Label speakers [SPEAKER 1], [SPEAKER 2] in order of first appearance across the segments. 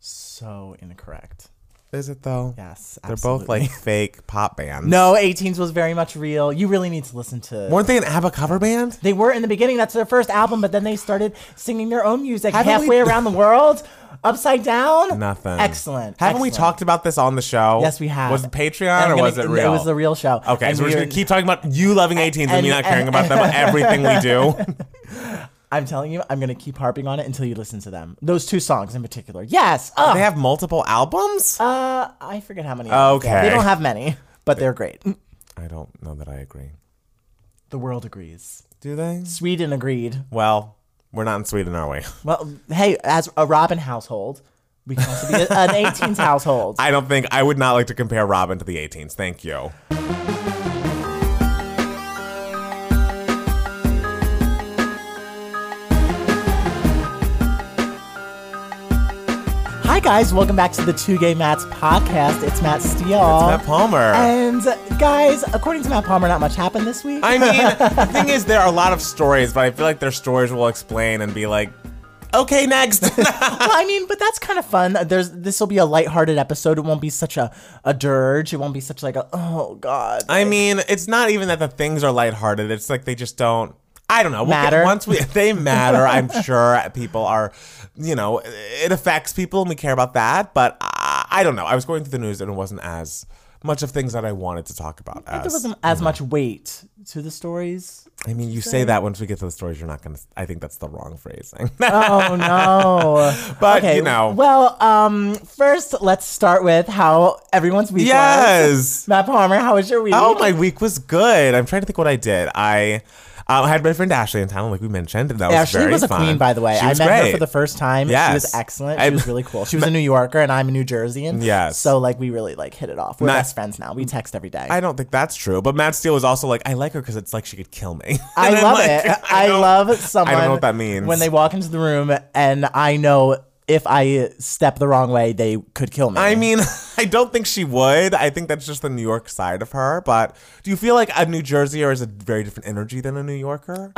[SPEAKER 1] So incorrect.
[SPEAKER 2] Is it though?
[SPEAKER 1] Yes,
[SPEAKER 2] They're both
[SPEAKER 1] absolutely.
[SPEAKER 2] like fake pop bands.
[SPEAKER 1] No, 18s was very much real. You really need to listen to.
[SPEAKER 2] Weren't they an ABBA cover band?
[SPEAKER 1] they were in the beginning. That's their first album, but then they started singing their own music
[SPEAKER 2] Haven't we-
[SPEAKER 1] halfway around the world, upside down.
[SPEAKER 2] Nothing.
[SPEAKER 1] Excellent.
[SPEAKER 2] Haven't we
[SPEAKER 1] excellent.
[SPEAKER 2] talked about this on the show?
[SPEAKER 1] Yes, we have.
[SPEAKER 2] Was it Patreon
[SPEAKER 1] And
[SPEAKER 2] or
[SPEAKER 1] I'm
[SPEAKER 2] was it
[SPEAKER 1] gonna-
[SPEAKER 2] real?
[SPEAKER 1] It was the real show.
[SPEAKER 2] Okay,
[SPEAKER 1] And
[SPEAKER 2] so we're just
[SPEAKER 1] we
[SPEAKER 2] gonna keep talking about you loving 18s and, me
[SPEAKER 1] and-
[SPEAKER 2] not caring about them, but everything we do.
[SPEAKER 1] I'm telling you, I'm gonna keep harping on it until you listen to them. Those two songs in particular. Yes. Oh,
[SPEAKER 2] they have multiple albums.
[SPEAKER 1] uh, I forget how many. albums they have.
[SPEAKER 2] Okay.
[SPEAKER 1] They don't have many, but they're great.
[SPEAKER 2] I don't know that I agree.
[SPEAKER 1] The world agrees.
[SPEAKER 2] Do they?
[SPEAKER 1] Sweden agreed.
[SPEAKER 2] Well, we're not in Sweden, are we?
[SPEAKER 1] Well, hey, as a Robin household, we can also be an 18s household.
[SPEAKER 2] I don't think I would not like to compare Robin to the 18s. Thank you.
[SPEAKER 1] Hi guys, welcome back to the Two Gay Mats podcast. It's Matt Steele.
[SPEAKER 2] Matt Palmer.
[SPEAKER 1] And guys, according to Matt Palmer, not much happened this week.
[SPEAKER 2] I mean, the thing is, there are a lot of stories, but I feel like their stories will explain and be like, okay, next.
[SPEAKER 1] Well, I mean, but that's kind of fun. There's this will be a lighthearted episode. It won't be such a a dirge. It won't be such like a oh god.
[SPEAKER 2] I mean, it's not even that the things are lighthearted. It's like they just don't. I don't know. We'll get-
[SPEAKER 1] Matter.
[SPEAKER 2] once we they matter, I'm sure people are, you know, it affects people and we care about that. But I, I don't know. I was going through the news and it wasn't as much of things that I wanted to talk about.
[SPEAKER 1] there
[SPEAKER 2] As,
[SPEAKER 1] wasn't as much weight to the stories.
[SPEAKER 2] I mean, you say that once we get to the stories, you're not gonna. I think that's the wrong phrasing.
[SPEAKER 1] Oh no.
[SPEAKER 2] But, you know.
[SPEAKER 1] Well, um, first let's start with how everyone's week was.
[SPEAKER 2] yes.
[SPEAKER 1] Matt Palmer, how was your week?
[SPEAKER 2] Oh, my week was good. I'm trying to think what I did. I. Um, I had my friend Ashley in town, like we mentioned, and that was
[SPEAKER 1] Ashley
[SPEAKER 2] very
[SPEAKER 1] was a
[SPEAKER 2] fun.
[SPEAKER 1] queen, by the way.
[SPEAKER 2] She
[SPEAKER 1] I
[SPEAKER 2] was
[SPEAKER 1] met her
[SPEAKER 2] great.
[SPEAKER 1] for the first time. She
[SPEAKER 2] Yes.
[SPEAKER 1] was excellent.
[SPEAKER 2] I-
[SPEAKER 1] She was really cool. She was a New Yorker, and I'm a New Jerseyan.
[SPEAKER 2] Yes.
[SPEAKER 1] So like we really like hit it off. We're
[SPEAKER 2] Not-
[SPEAKER 1] best friends now. We text every day.
[SPEAKER 2] I don't think that's true. But Matt Steele was also like, I like her because it's like she could kill me. And
[SPEAKER 1] I
[SPEAKER 2] I'm
[SPEAKER 1] love
[SPEAKER 2] like,
[SPEAKER 1] it. I,
[SPEAKER 2] don't-
[SPEAKER 1] love someone.
[SPEAKER 2] I don't know what that means.
[SPEAKER 1] When they walk into the room, and I know if I step the wrong way, they could kill me.
[SPEAKER 2] I mean, I don't think she would. I think that's just the New York side of her. But do you feel like a New Jerseyer is a very different energy than a New Yorker?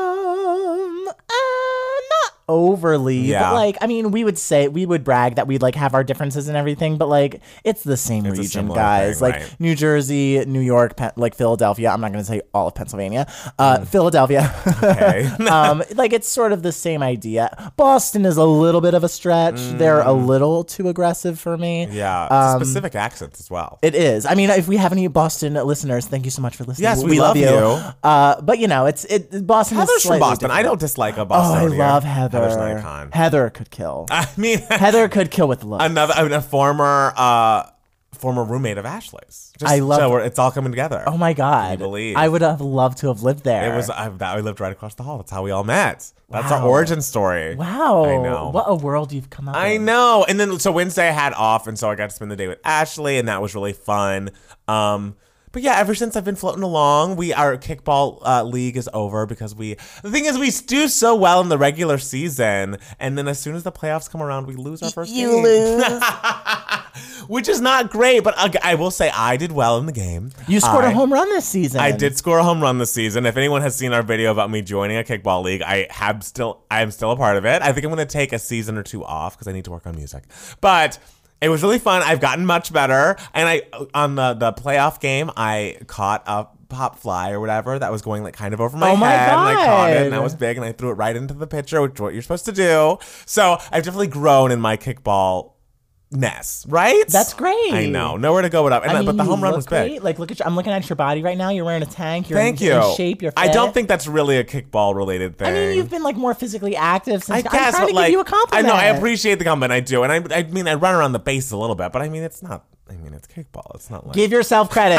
[SPEAKER 1] um, uh, not overly.
[SPEAKER 2] Yeah.
[SPEAKER 1] But like, I mean, we would say we would brag that we like have our differences and everything, but like, it's the same
[SPEAKER 2] It's a
[SPEAKER 1] region,
[SPEAKER 2] similar
[SPEAKER 1] guys.
[SPEAKER 2] thing,
[SPEAKER 1] like
[SPEAKER 2] right.
[SPEAKER 1] New Jersey, New York, Pen- like Philadelphia. I'm not gonna say all of Pennsylvania. Uh,
[SPEAKER 2] Hmm.
[SPEAKER 1] Philadelphia.
[SPEAKER 2] Okay.
[SPEAKER 1] um, like it's sort of the same idea. Boston is a little bit of a stretch. They're a little too aggressive for me.
[SPEAKER 2] Hmm. yeah. It's a specific accents as well.
[SPEAKER 1] um, It is. I mean, if we have any Boston listeners, thank you so much for listening.
[SPEAKER 2] Yes, we love you.
[SPEAKER 1] Uh, but you know, it's it. Boston
[SPEAKER 2] Heather's
[SPEAKER 1] is slightly
[SPEAKER 2] from Boston. I
[SPEAKER 1] different.
[SPEAKER 2] don't dislike a
[SPEAKER 1] Oh, I
[SPEAKER 2] Bostonian.
[SPEAKER 1] love Heather.
[SPEAKER 2] Heather's an icon.
[SPEAKER 1] Heather could kill.
[SPEAKER 2] I mean,
[SPEAKER 1] Heather could kill with love.
[SPEAKER 2] another I mean, a former uh, former roommate of Ashley's. Just,
[SPEAKER 1] I love-
[SPEAKER 2] So we're- it's all coming together.
[SPEAKER 1] oh my god!
[SPEAKER 2] believe.
[SPEAKER 1] I would have loved to have lived there.
[SPEAKER 2] It was I, that we lived right across the hall. That's how we all met. That's our
[SPEAKER 1] Wow.
[SPEAKER 2] origin story.
[SPEAKER 1] wow.
[SPEAKER 2] I know.
[SPEAKER 1] What a world you've come up.
[SPEAKER 2] I
[SPEAKER 1] in.
[SPEAKER 2] know. And then so Wednesday I had off, and so I got to spend the day with Ashley, and that was really fun. Um, but yeah, ever since I've been floating along, we our kickball uh, league is over because we the thing is we do so well in the regular season, and then as soon as the playoffs come around, we lose our first.
[SPEAKER 1] You
[SPEAKER 2] game.
[SPEAKER 1] lose.
[SPEAKER 2] which is not great. But I, I will say I did well in the game.
[SPEAKER 1] You scored
[SPEAKER 2] I-
[SPEAKER 1] a home run this season.
[SPEAKER 2] I did score a home run this season. If anyone has seen our video about me joining a kickball league, I have still I am still a part of it. I think I'm going to take a season or two off because I need to work on music. But it was really fun. I've gotten much better. And I on the the playoff game, I caught a pop fly or whatever that was going like kind of over my,
[SPEAKER 1] Oh my
[SPEAKER 2] head and I caught it and
[SPEAKER 1] God.
[SPEAKER 2] that was big and I threw it right into the pitcher, which is what you're supposed to do. So I've definitely grown in my kickball ness, right?
[SPEAKER 1] That's great.
[SPEAKER 2] I know. Nowhere to go but up. And,
[SPEAKER 1] I mean,
[SPEAKER 2] but the
[SPEAKER 1] you
[SPEAKER 2] home run
[SPEAKER 1] look
[SPEAKER 2] was big.
[SPEAKER 1] great. Like, look at your, I'm looking at your body right now. You're wearing a tank. You're
[SPEAKER 2] Thank
[SPEAKER 1] in,
[SPEAKER 2] you.
[SPEAKER 1] in shape. You're. Fit.
[SPEAKER 2] I don't think that's really a kickball related thing.
[SPEAKER 1] I mean, you've been like more physically active since.
[SPEAKER 2] I
[SPEAKER 1] I'm
[SPEAKER 2] guess,
[SPEAKER 1] trying
[SPEAKER 2] but
[SPEAKER 1] to
[SPEAKER 2] like,
[SPEAKER 1] give you a compliment.
[SPEAKER 2] I know I appreciate the compliment. I do, and I, I mean, I run around the base a little bit, but I mean, it's not. I mean, it's kickball. It's not like
[SPEAKER 1] Give yourself credit.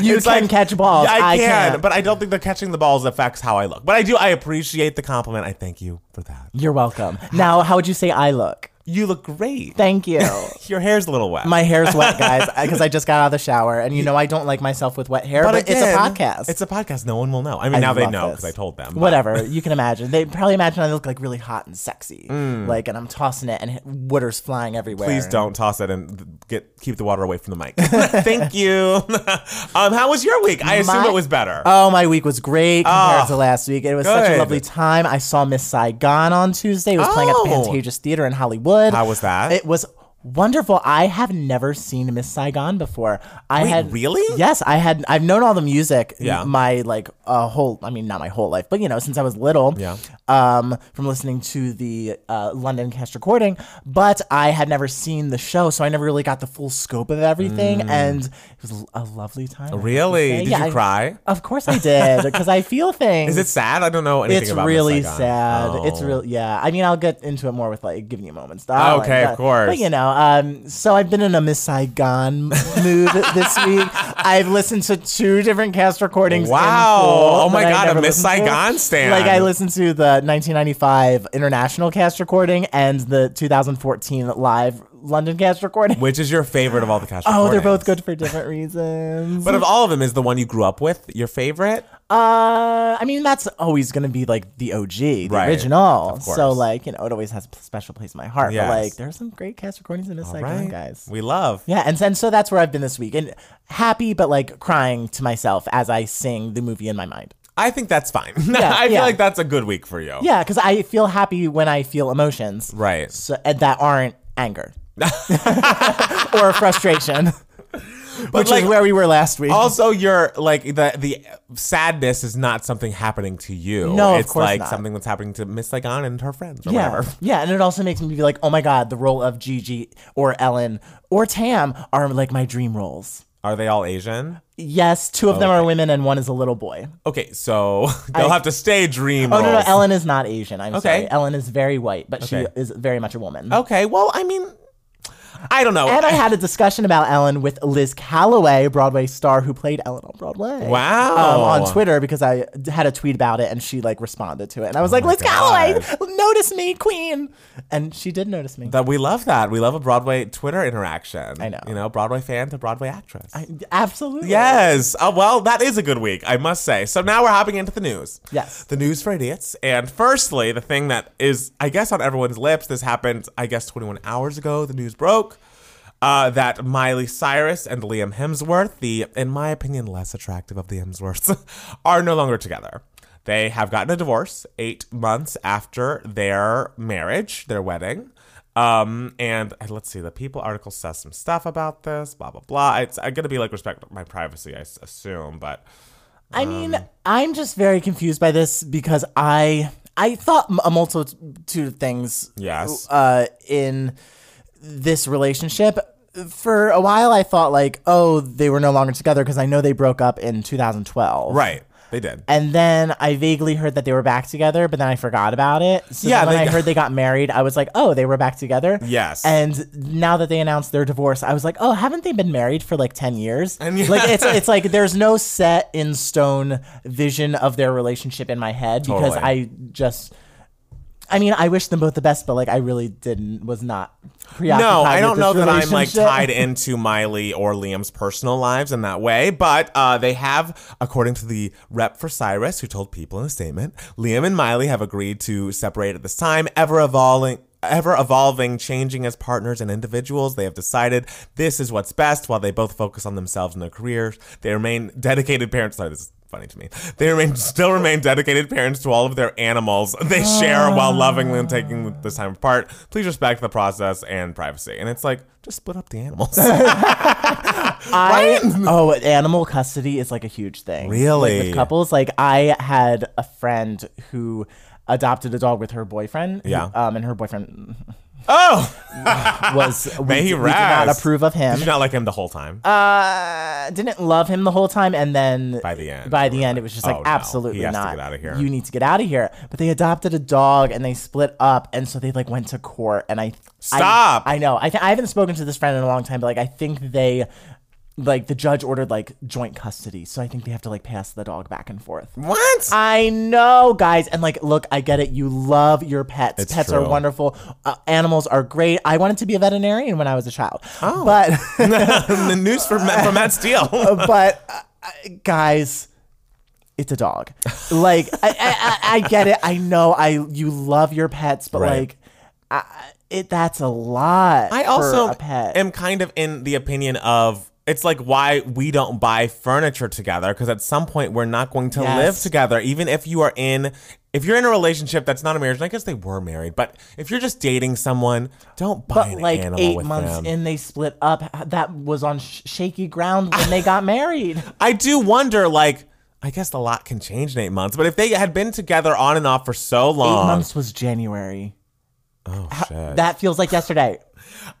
[SPEAKER 1] you
[SPEAKER 2] It's
[SPEAKER 1] can
[SPEAKER 2] like-
[SPEAKER 1] catch balls.
[SPEAKER 2] Yeah, I, can,
[SPEAKER 1] can't.
[SPEAKER 2] but I don't think the catching the balls affects how I look. But I do. I appreciate the compliment. I thank you for that.
[SPEAKER 1] You're welcome. Now, how would you say I look?
[SPEAKER 2] You look great.
[SPEAKER 1] Thank you.
[SPEAKER 2] Your hair's a little wet.
[SPEAKER 1] My hair's wet, guys, because I just got out of the shower, and you know I don't like myself with wet hair. But, it's
[SPEAKER 2] again,
[SPEAKER 1] a podcast.
[SPEAKER 2] It's a podcast. No one will know. I mean,
[SPEAKER 1] I
[SPEAKER 2] now they
[SPEAKER 1] love
[SPEAKER 2] know
[SPEAKER 1] this.
[SPEAKER 2] because I told them. but-
[SPEAKER 1] Whatever you can imagine, they probably imagine I look like really hot and sexy, like, and I'm tossing it, and h- water's flying everywhere.
[SPEAKER 2] Mm. Please don't toss it and th- get keep the water away from the mic. Thank you. um, how was your week? I assume
[SPEAKER 1] My-
[SPEAKER 2] it was better.
[SPEAKER 1] Oh, my week was great compared to last week. It was such a
[SPEAKER 2] Ah, good.
[SPEAKER 1] lovely time. I saw Miss Saigon on Tuesday. It was playing at the
[SPEAKER 2] Oh.
[SPEAKER 1] Pantages Theater in Hollywood.
[SPEAKER 2] How was that?
[SPEAKER 1] It was wonderful. I have never seen Miss Saigon before. I
[SPEAKER 2] Wait,
[SPEAKER 1] had
[SPEAKER 2] really?
[SPEAKER 1] Yes, I had. I've known all the music.
[SPEAKER 2] Yeah.
[SPEAKER 1] My like a whole. I mean, not my whole life, but you know, since I was little.
[SPEAKER 2] Yeah.
[SPEAKER 1] Um, from listening to the uh, London cast recording, but I had never seen the show, so I never really got the full scope of everything, and it was a lovely time. I have to
[SPEAKER 2] Mm. Really?
[SPEAKER 1] say.
[SPEAKER 2] Did
[SPEAKER 1] Yeah,
[SPEAKER 2] you
[SPEAKER 1] I-
[SPEAKER 2] cry?
[SPEAKER 1] of course I did, because I feel things.
[SPEAKER 2] Is it sad? I don't know anything
[SPEAKER 1] It's
[SPEAKER 2] about Miss
[SPEAKER 1] really
[SPEAKER 2] Saigon.
[SPEAKER 1] sad.
[SPEAKER 2] Oh.
[SPEAKER 1] It's real. Yeah. I mean, I'll get into it more with like giving you moments. darling,
[SPEAKER 2] Okay, of
[SPEAKER 1] but-
[SPEAKER 2] course.
[SPEAKER 1] But you know, um, so I've been in a Miss Saigon mood this week. I've listened to two different cast recordings. in
[SPEAKER 2] Wow.
[SPEAKER 1] full
[SPEAKER 2] Oh my
[SPEAKER 1] that I
[SPEAKER 2] God, a
[SPEAKER 1] never
[SPEAKER 2] Miss
[SPEAKER 1] listened to.
[SPEAKER 2] Saigon stan.
[SPEAKER 1] Like I listened to the 1995 international cast recording and the 2014 live London cast recording.
[SPEAKER 2] Uh, Which is your favorite of all the cast?
[SPEAKER 1] Oh, they're both
[SPEAKER 2] recordings?
[SPEAKER 1] good for different reasons.
[SPEAKER 2] But of all of them, is the one you grew up with your favorite?
[SPEAKER 1] Uh, I mean that's always gonna be like the OG, the
[SPEAKER 2] Right.
[SPEAKER 1] original.
[SPEAKER 2] Of course.
[SPEAKER 1] so like you know, it always has a special place in my heart.
[SPEAKER 2] Yes.
[SPEAKER 1] But like there are some great cast recordings in this
[SPEAKER 2] All
[SPEAKER 1] Saigon,
[SPEAKER 2] right,
[SPEAKER 1] guys.
[SPEAKER 2] We love.
[SPEAKER 1] yeah, and and so that's where I've been this week, and happy but like crying to myself as I sing the movie in my mind.
[SPEAKER 2] I think that's fine. I feel
[SPEAKER 1] yeah.
[SPEAKER 2] like that's a good week for you.
[SPEAKER 1] Yeah, because I feel happy when I feel emotions,
[SPEAKER 2] Right.
[SPEAKER 1] So and that aren't anger or frustration, which
[SPEAKER 2] like-
[SPEAKER 1] is where we were last week.
[SPEAKER 2] Also, your like the the sadness is not something happening to you.
[SPEAKER 1] No, of
[SPEAKER 2] it's
[SPEAKER 1] course
[SPEAKER 2] like
[SPEAKER 1] not.
[SPEAKER 2] something that's happening to Miss Saigon and her friends or
[SPEAKER 1] Yeah.
[SPEAKER 2] whatever.
[SPEAKER 1] Yeah, and it also makes me be like, oh my god, the role of Gigi or Ellen or Tam are like my dream roles.
[SPEAKER 2] Are they all Asian?
[SPEAKER 1] Yes, two of them are women and one is a little boy.
[SPEAKER 2] Okay, so they'll
[SPEAKER 1] I-
[SPEAKER 2] have to stay dream.
[SPEAKER 1] Oh no, no,
[SPEAKER 2] roles.
[SPEAKER 1] Ellen is not Asian. I'm
[SPEAKER 2] Okay.
[SPEAKER 1] sorry. Ellen is very white, but
[SPEAKER 2] Okay. Oh.
[SPEAKER 1] she is very much a woman.
[SPEAKER 2] Okay, well, I mean, I don't know.
[SPEAKER 1] And I had a discussion about Ellen with Liz Calloway, a Broadway star who played Ellen on Broadway.
[SPEAKER 2] Wow.
[SPEAKER 1] Um, on Twitter because I d- had a tweet about it and she like responded to it. And
[SPEAKER 2] Oh
[SPEAKER 1] I was like, Liz Calloway, notice me, queen. And she did notice me.
[SPEAKER 2] that we love that. We love a Broadway Twitter interaction.
[SPEAKER 1] I know.
[SPEAKER 2] You know, Broadway fan to Broadway actress.
[SPEAKER 1] Absolutely.
[SPEAKER 2] Yes. Uh, well, that is a good week, I must say. So now we're hopping into the news.
[SPEAKER 1] Yes.
[SPEAKER 2] The news for idiots. And firstly, the thing that is, I guess, on everyone's lips, this happened, I guess, 21 hours ago. The news broke uh, that Miley Cyrus and Liam Hemsworth, the, in my opinion, less attractive of the Hemsworths, are no longer together. They have gotten a divorce eight months after their marriage, their wedding. Um, and uh, let's see, the People article says some stuff about this, blah, blah, blah. It's uh, going to be like respect my privacy, I s- assume, but
[SPEAKER 1] I mean, I'm just very confused by this because I I thought m- a multitude of things.
[SPEAKER 2] Yes.
[SPEAKER 1] Uh, in this relationship. For a while, I thought like, oh, they were no longer together because I know they broke up in 2012.
[SPEAKER 2] right, they did.
[SPEAKER 1] And then I vaguely heard that they were back together, but then I forgot about it. So
[SPEAKER 2] Yeah,
[SPEAKER 1] yeah, when
[SPEAKER 2] they
[SPEAKER 1] I
[SPEAKER 2] got-
[SPEAKER 1] heard they got married, I was like, oh, they were back together.
[SPEAKER 2] Yes.
[SPEAKER 1] And now that they announced their divorce, I was like, oh, haven't they been married for like ten years?
[SPEAKER 2] And yeah.
[SPEAKER 1] like it's it's like there's no set in stone vision of their relationship in my head because
[SPEAKER 2] Totally.
[SPEAKER 1] I just. I mean, I wish them both the best, but like, I really didn't, was not preoccupied.
[SPEAKER 2] No, I
[SPEAKER 1] with
[SPEAKER 2] don't
[SPEAKER 1] this
[SPEAKER 2] know that I'm like
[SPEAKER 1] relationship.
[SPEAKER 2] tied into Miley or Liam's personal lives in that way, but uh, they have, according to the rep for Cyrus, who told people in a statement, Liam and Miley have agreed to separate at this time, ever evolving. Ever evolving, changing as partners and individuals, they have decided this is what's best while they both focus on themselves and their careers. They remain dedicated parents. Sorry, this is funny to me. They remain still remain dedicated parents to all of their animals they share while lovingly taking this time apart. Please respect the process and privacy. And it's like just split up the animals.
[SPEAKER 1] I oh, animal custody is like a huge thing.
[SPEAKER 2] Really?
[SPEAKER 1] like, with couples. Like I had a friend who adopted a dog with her boyfriend. who-
[SPEAKER 2] Yeah.
[SPEAKER 1] um, and her boyfriend
[SPEAKER 2] oh,
[SPEAKER 1] was we,
[SPEAKER 2] May he
[SPEAKER 1] we did not
[SPEAKER 2] rest.
[SPEAKER 1] approve of
[SPEAKER 2] did
[SPEAKER 1] him.
[SPEAKER 2] you not like him the whole time?
[SPEAKER 1] Uh, didn't love him the whole time, and then
[SPEAKER 2] By the end,
[SPEAKER 1] by
[SPEAKER 2] you
[SPEAKER 1] the
[SPEAKER 2] were
[SPEAKER 1] end,
[SPEAKER 2] like,
[SPEAKER 1] it was just
[SPEAKER 2] "Oh,
[SPEAKER 1] like
[SPEAKER 2] no,
[SPEAKER 1] absolutely
[SPEAKER 2] he has to
[SPEAKER 1] not.
[SPEAKER 2] get out of here."
[SPEAKER 1] You need to get out of here. But they adopted a dog, and they split up, and so they like went to court. And I I-
[SPEAKER 2] Stop.
[SPEAKER 1] I, know. I th- I haven't spoken to this friend in a long time, but like I think they like the judge ordered like joint custody, so I think they have to like pass the dog back and forth.
[SPEAKER 2] What?
[SPEAKER 1] I know, guys. And like, look, I get it. You love your pets.
[SPEAKER 2] It's
[SPEAKER 1] pets
[SPEAKER 2] true.
[SPEAKER 1] are wonderful. Uh, animals are great. I wanted to be a veterinarian when I was a child. Oh. But,
[SPEAKER 2] the news from, Matt- from Matt Steele.
[SPEAKER 1] but, uh, guys. It's a dog. Like I, I, I, I get it. I know. I you love your pets, but
[SPEAKER 2] Right.
[SPEAKER 1] like, I, it that's a lot.
[SPEAKER 2] I also
[SPEAKER 1] for a pet.
[SPEAKER 2] am kind of in the opinion of it's like why we don't buy furniture together because at some point we're not going to
[SPEAKER 1] Yes.
[SPEAKER 2] live together. Even if you are in, if you're in a relationship that's not a marriage, and I guess they were married, but if you're just dating someone, don't buy
[SPEAKER 1] But
[SPEAKER 2] an
[SPEAKER 1] like
[SPEAKER 2] animal
[SPEAKER 1] eight
[SPEAKER 2] with
[SPEAKER 1] months
[SPEAKER 2] them.
[SPEAKER 1] in, they split up. That was on sh- shaky ground when they got married.
[SPEAKER 2] I do wonder, like. I guess a lot can change in eight months, but if they had been together on and off for so long,
[SPEAKER 1] Eight months was January.
[SPEAKER 2] Oh, shit.
[SPEAKER 1] That feels like yesterday.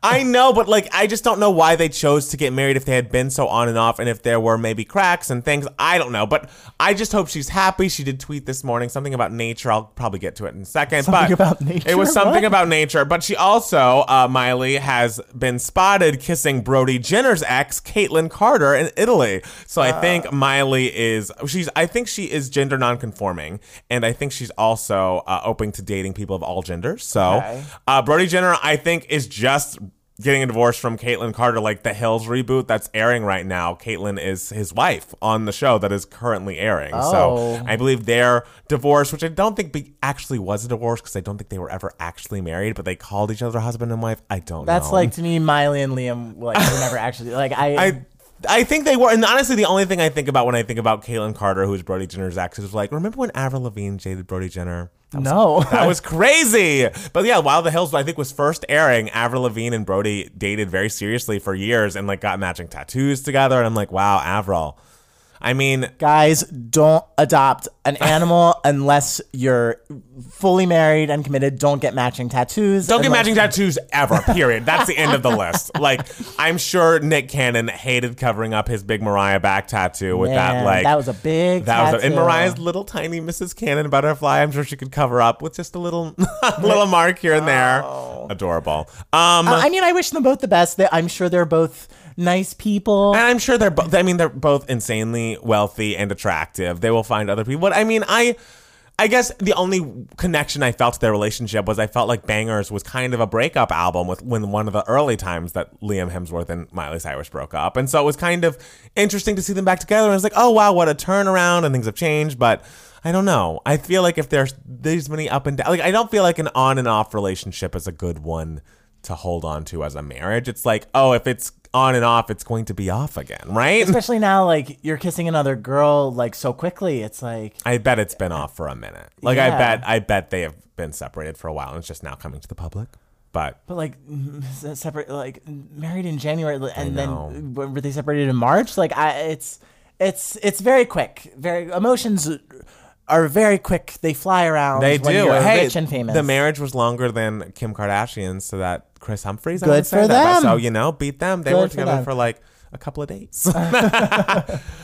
[SPEAKER 2] I know, but like, I just don't know why they chose to get married if they had been so on and off and if there were maybe cracks and things. I don't know, but I just hope she's happy. She did tweet this morning something about nature. I'll probably get to it in a second.
[SPEAKER 1] Something
[SPEAKER 2] but
[SPEAKER 1] about nature?
[SPEAKER 2] It was something
[SPEAKER 1] What?
[SPEAKER 2] about nature. But she also, uh, Miley, has been spotted kissing Brody Jenner's ex, Caitlyn Carter, in Italy. So I think Miley is, she's, I think she is gender nonconforming. And I think she's also uh, open to dating people of all genders. So. Uh, Brody Jenner, I think, is just getting a divorce from Caitlyn Carter, like the Hills reboot that's airing right now. Caitlyn is his wife on the show that is currently airing.
[SPEAKER 1] Oh.
[SPEAKER 2] So I believe their divorce, which I don't think be- actually was a divorce because I don't think they were ever actually married, but they called each other husband and wife. I don't know.
[SPEAKER 1] That's like to me, Miley and Liam like were never actually like I.
[SPEAKER 2] I. I think they were, and honestly, the only thing I think about when I think about Caitlyn Carter, who's Brody Jenner's ex, is like, remember when Avril Lavigne dated Brody Jenner?
[SPEAKER 1] no.
[SPEAKER 2] That was crazy. But yeah, While the Hills, I think, was first airing, Avril Lavigne and Brody dated very seriously for years and like got matching tattoos together. And I'm like, wow, Avril. I mean,
[SPEAKER 1] Guys, don't adopt an animal unless you're fully married and committed. Don't get matching tattoos.
[SPEAKER 2] don't get
[SPEAKER 1] unless-
[SPEAKER 2] matching tattoos ever, period. That's the end of the list. Like, I'm sure Nick Cannon hated covering up his big Mariah back tattoo with that,
[SPEAKER 1] Man,
[SPEAKER 2] like,
[SPEAKER 1] that was a big.
[SPEAKER 2] That was
[SPEAKER 1] tattoo.
[SPEAKER 2] and Mariah's little tiny Mrs. Cannon butterfly. I'm sure she could cover up with just a little little mark here and there.
[SPEAKER 1] Oh.
[SPEAKER 2] Adorable. Um,
[SPEAKER 1] I I mean, I wish them both the best. They- I'm sure they're both nice people.
[SPEAKER 2] And I'm sure they're both. I mean, they're both insanely wealthy and attractive. They will find other people. But I mean, I. I guess the only connection I felt to their relationship was I felt like Bangers was kind of a breakup album with when one of the early times that Liam Hemsworth and Miley Cyrus broke up. And so it was kind of interesting to see them back together. And I was like, oh, wow, what a turnaround and things have changed. But I don't know. I feel like if there's these many up and down, like I don't feel like an on and off relationship is a good one to hold on to as a marriage. It's like, oh, if it's on and off, it's going to be off again, right?
[SPEAKER 1] Especially now, like you're kissing another girl like so quickly. It's like
[SPEAKER 2] I bet it's been off for a minute. Like I
[SPEAKER 1] Yeah.
[SPEAKER 2] bet I bet they have been separated for a while and it's just now coming to the public. But
[SPEAKER 1] But like m- se- separate, like married in January, li- and
[SPEAKER 2] know.
[SPEAKER 1] then w- were they separated in March? Like I, it's it's it's very quick. Very emotions are very quick. They fly around.
[SPEAKER 2] they
[SPEAKER 1] when
[SPEAKER 2] do.
[SPEAKER 1] You're
[SPEAKER 2] Hey,
[SPEAKER 1] rich and famous.
[SPEAKER 2] the marriage was longer than Kim Kardashian's, so that Chris Humphries. I
[SPEAKER 1] Good
[SPEAKER 2] would say
[SPEAKER 1] for
[SPEAKER 2] that.
[SPEAKER 1] them.
[SPEAKER 2] So you know, beat them. They
[SPEAKER 1] Good
[SPEAKER 2] were
[SPEAKER 1] for
[SPEAKER 2] together
[SPEAKER 1] them.
[SPEAKER 2] for like a couple of days.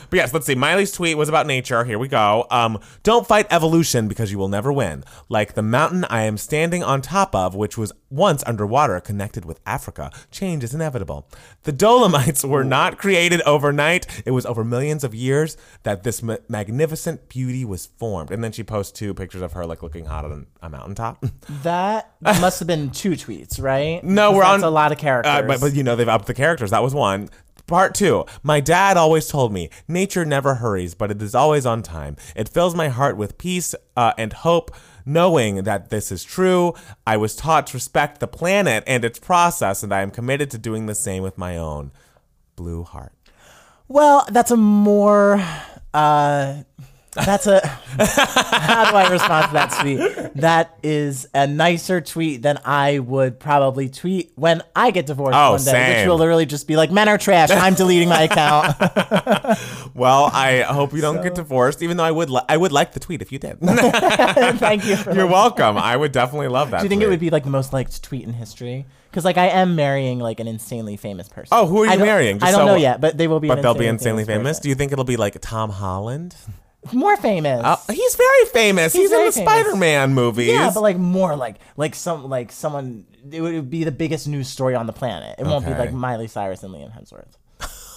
[SPEAKER 2] But yes, let's see. Miley's tweet was about nature. Here we go. Um, don't fight evolution because you will never win. Like the mountain I am standing on top of, which was once underwater connected with Africa, change is inevitable. The Dolomites were not created overnight. It was over millions of years that this ma- magnificent beauty was formed. And then she posts two pictures of her like looking hot on a mountaintop.
[SPEAKER 1] that must have been two tweets, right?
[SPEAKER 2] No,
[SPEAKER 1] Because
[SPEAKER 2] we're
[SPEAKER 1] that's a
[SPEAKER 2] on
[SPEAKER 1] lot of characters.
[SPEAKER 2] Uh, but, but you know they've upped the characters. That was one. Part two. My dad always told me nature never hurries, but it is always on time. It fills my heart with peace uh, and hope, knowing that this is true. I was taught to respect the planet and its process, and I am committed to doing the same with my own. Blue heart.
[SPEAKER 1] well, that's a more. Uh, that's a how do I respond to that tweet? That is a nicer tweet than I would probably tweet when I get divorced
[SPEAKER 2] Oh,
[SPEAKER 1] one day,
[SPEAKER 2] same.
[SPEAKER 1] which will literally just be like, "Men are trash. I'm deleting my account."
[SPEAKER 2] Well, I hope you don't get divorced. Even though I would, li- I would like the tweet if you did.
[SPEAKER 1] Thank you. For
[SPEAKER 2] You're
[SPEAKER 1] that.
[SPEAKER 2] welcome. I would definitely love that.
[SPEAKER 1] Do you think it
[SPEAKER 2] tweet.
[SPEAKER 1] would be like the most liked tweet in history? Because like I am marrying like an insanely famous person.
[SPEAKER 2] Oh, who are
[SPEAKER 1] I
[SPEAKER 2] you
[SPEAKER 1] don't-
[SPEAKER 2] marrying? Just
[SPEAKER 1] I don't
[SPEAKER 2] so-
[SPEAKER 1] know yet, but they will be.
[SPEAKER 2] But
[SPEAKER 1] an
[SPEAKER 2] they'll be insanely famous.
[SPEAKER 1] person.
[SPEAKER 2] Do you think it'll be like Tom Holland?
[SPEAKER 1] more famous.
[SPEAKER 2] Uh, he's very famous. He's,
[SPEAKER 1] He's
[SPEAKER 2] in
[SPEAKER 1] very
[SPEAKER 2] the
[SPEAKER 1] famous.
[SPEAKER 2] Spider-Man movies.
[SPEAKER 1] yeah, but like more like like some like someone. It would be the biggest news story on the planet. It won't be
[SPEAKER 2] Okay.
[SPEAKER 1] like Miley Cyrus and Liam Hemsworth.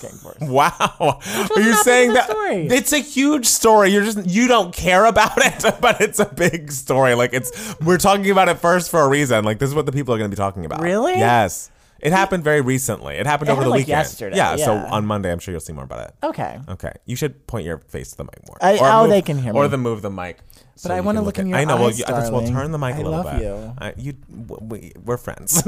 [SPEAKER 1] Gang Force.
[SPEAKER 2] Wow. Are you
[SPEAKER 1] not
[SPEAKER 2] saying
[SPEAKER 1] big of a
[SPEAKER 2] that
[SPEAKER 1] story.
[SPEAKER 2] it's a huge story? You're just you don't care about it, but it's a big story. Like it's we're talking about it first for a reason. Like this is what the people are going to be talking about.
[SPEAKER 1] Really?
[SPEAKER 2] Yes. It happened very recently. It happened
[SPEAKER 1] It
[SPEAKER 2] over the
[SPEAKER 1] happened, like,
[SPEAKER 2] weekend.
[SPEAKER 1] yesterday,
[SPEAKER 2] So
[SPEAKER 1] yeah.
[SPEAKER 2] on Monday, I'm sure you'll see more about it.
[SPEAKER 1] Okay.
[SPEAKER 2] Okay. You should point your face to the mic more.
[SPEAKER 1] I-
[SPEAKER 2] Or
[SPEAKER 1] oh,
[SPEAKER 2] move-
[SPEAKER 1] they can hear
[SPEAKER 2] Or
[SPEAKER 1] me.
[SPEAKER 2] then move the mic. so
[SPEAKER 1] I
[SPEAKER 2] you
[SPEAKER 1] wanna
[SPEAKER 2] can
[SPEAKER 1] look in your
[SPEAKER 2] I know. well,
[SPEAKER 1] eyes,
[SPEAKER 2] you, that's- well,
[SPEAKER 1] darling.
[SPEAKER 2] turn the mic
[SPEAKER 1] I
[SPEAKER 2] a little
[SPEAKER 1] love
[SPEAKER 2] bit.
[SPEAKER 1] you.
[SPEAKER 2] I, you, w- we, we're friends.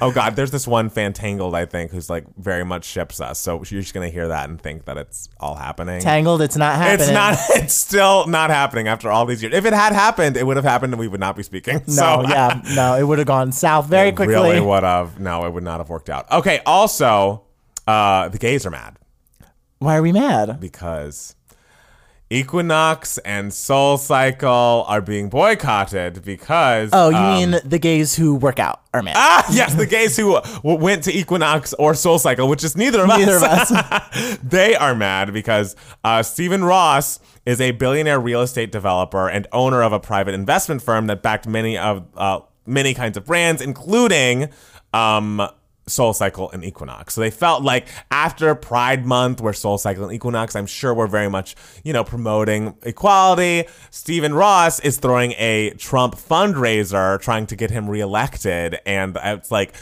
[SPEAKER 2] oh God, there's this one fan Tangled, I think, who's like very much ships us. So you're just gonna hear that and think that it's all happening.
[SPEAKER 1] Tangled, it's not happening.
[SPEAKER 2] it's not. It's still not happening after all these years. If it had happened, it would have happened, and we would not be speaking.
[SPEAKER 1] No,
[SPEAKER 2] so,
[SPEAKER 1] yeah, no, it would have gone south very quickly.
[SPEAKER 2] Really would have. No, it would not have worked out. Okay. Also, uh, the gays are mad
[SPEAKER 1] Why are we mad?
[SPEAKER 2] because Equinox and Soul Cycle are being boycotted because
[SPEAKER 1] Oh, you
[SPEAKER 2] uh,
[SPEAKER 1] mean the gays who work out are mad?
[SPEAKER 2] ah yes the gays who w- went to Equinox or Soul Cycle, which is neither of
[SPEAKER 1] Neither of
[SPEAKER 2] us,
[SPEAKER 1] us.
[SPEAKER 2] they are mad because uh, Stephen Ross is a billionaire real estate developer and owner of a private investment firm that backed many of uh, many kinds of brands, including. Um, Soul Cycle and Equinox. So they felt like after Pride Month, where Soul Cycle and Equinox, I'm sure we're very much, you know, promoting equality. Stephen Ross is throwing a Trump fundraiser trying to get him reelected. And it's like,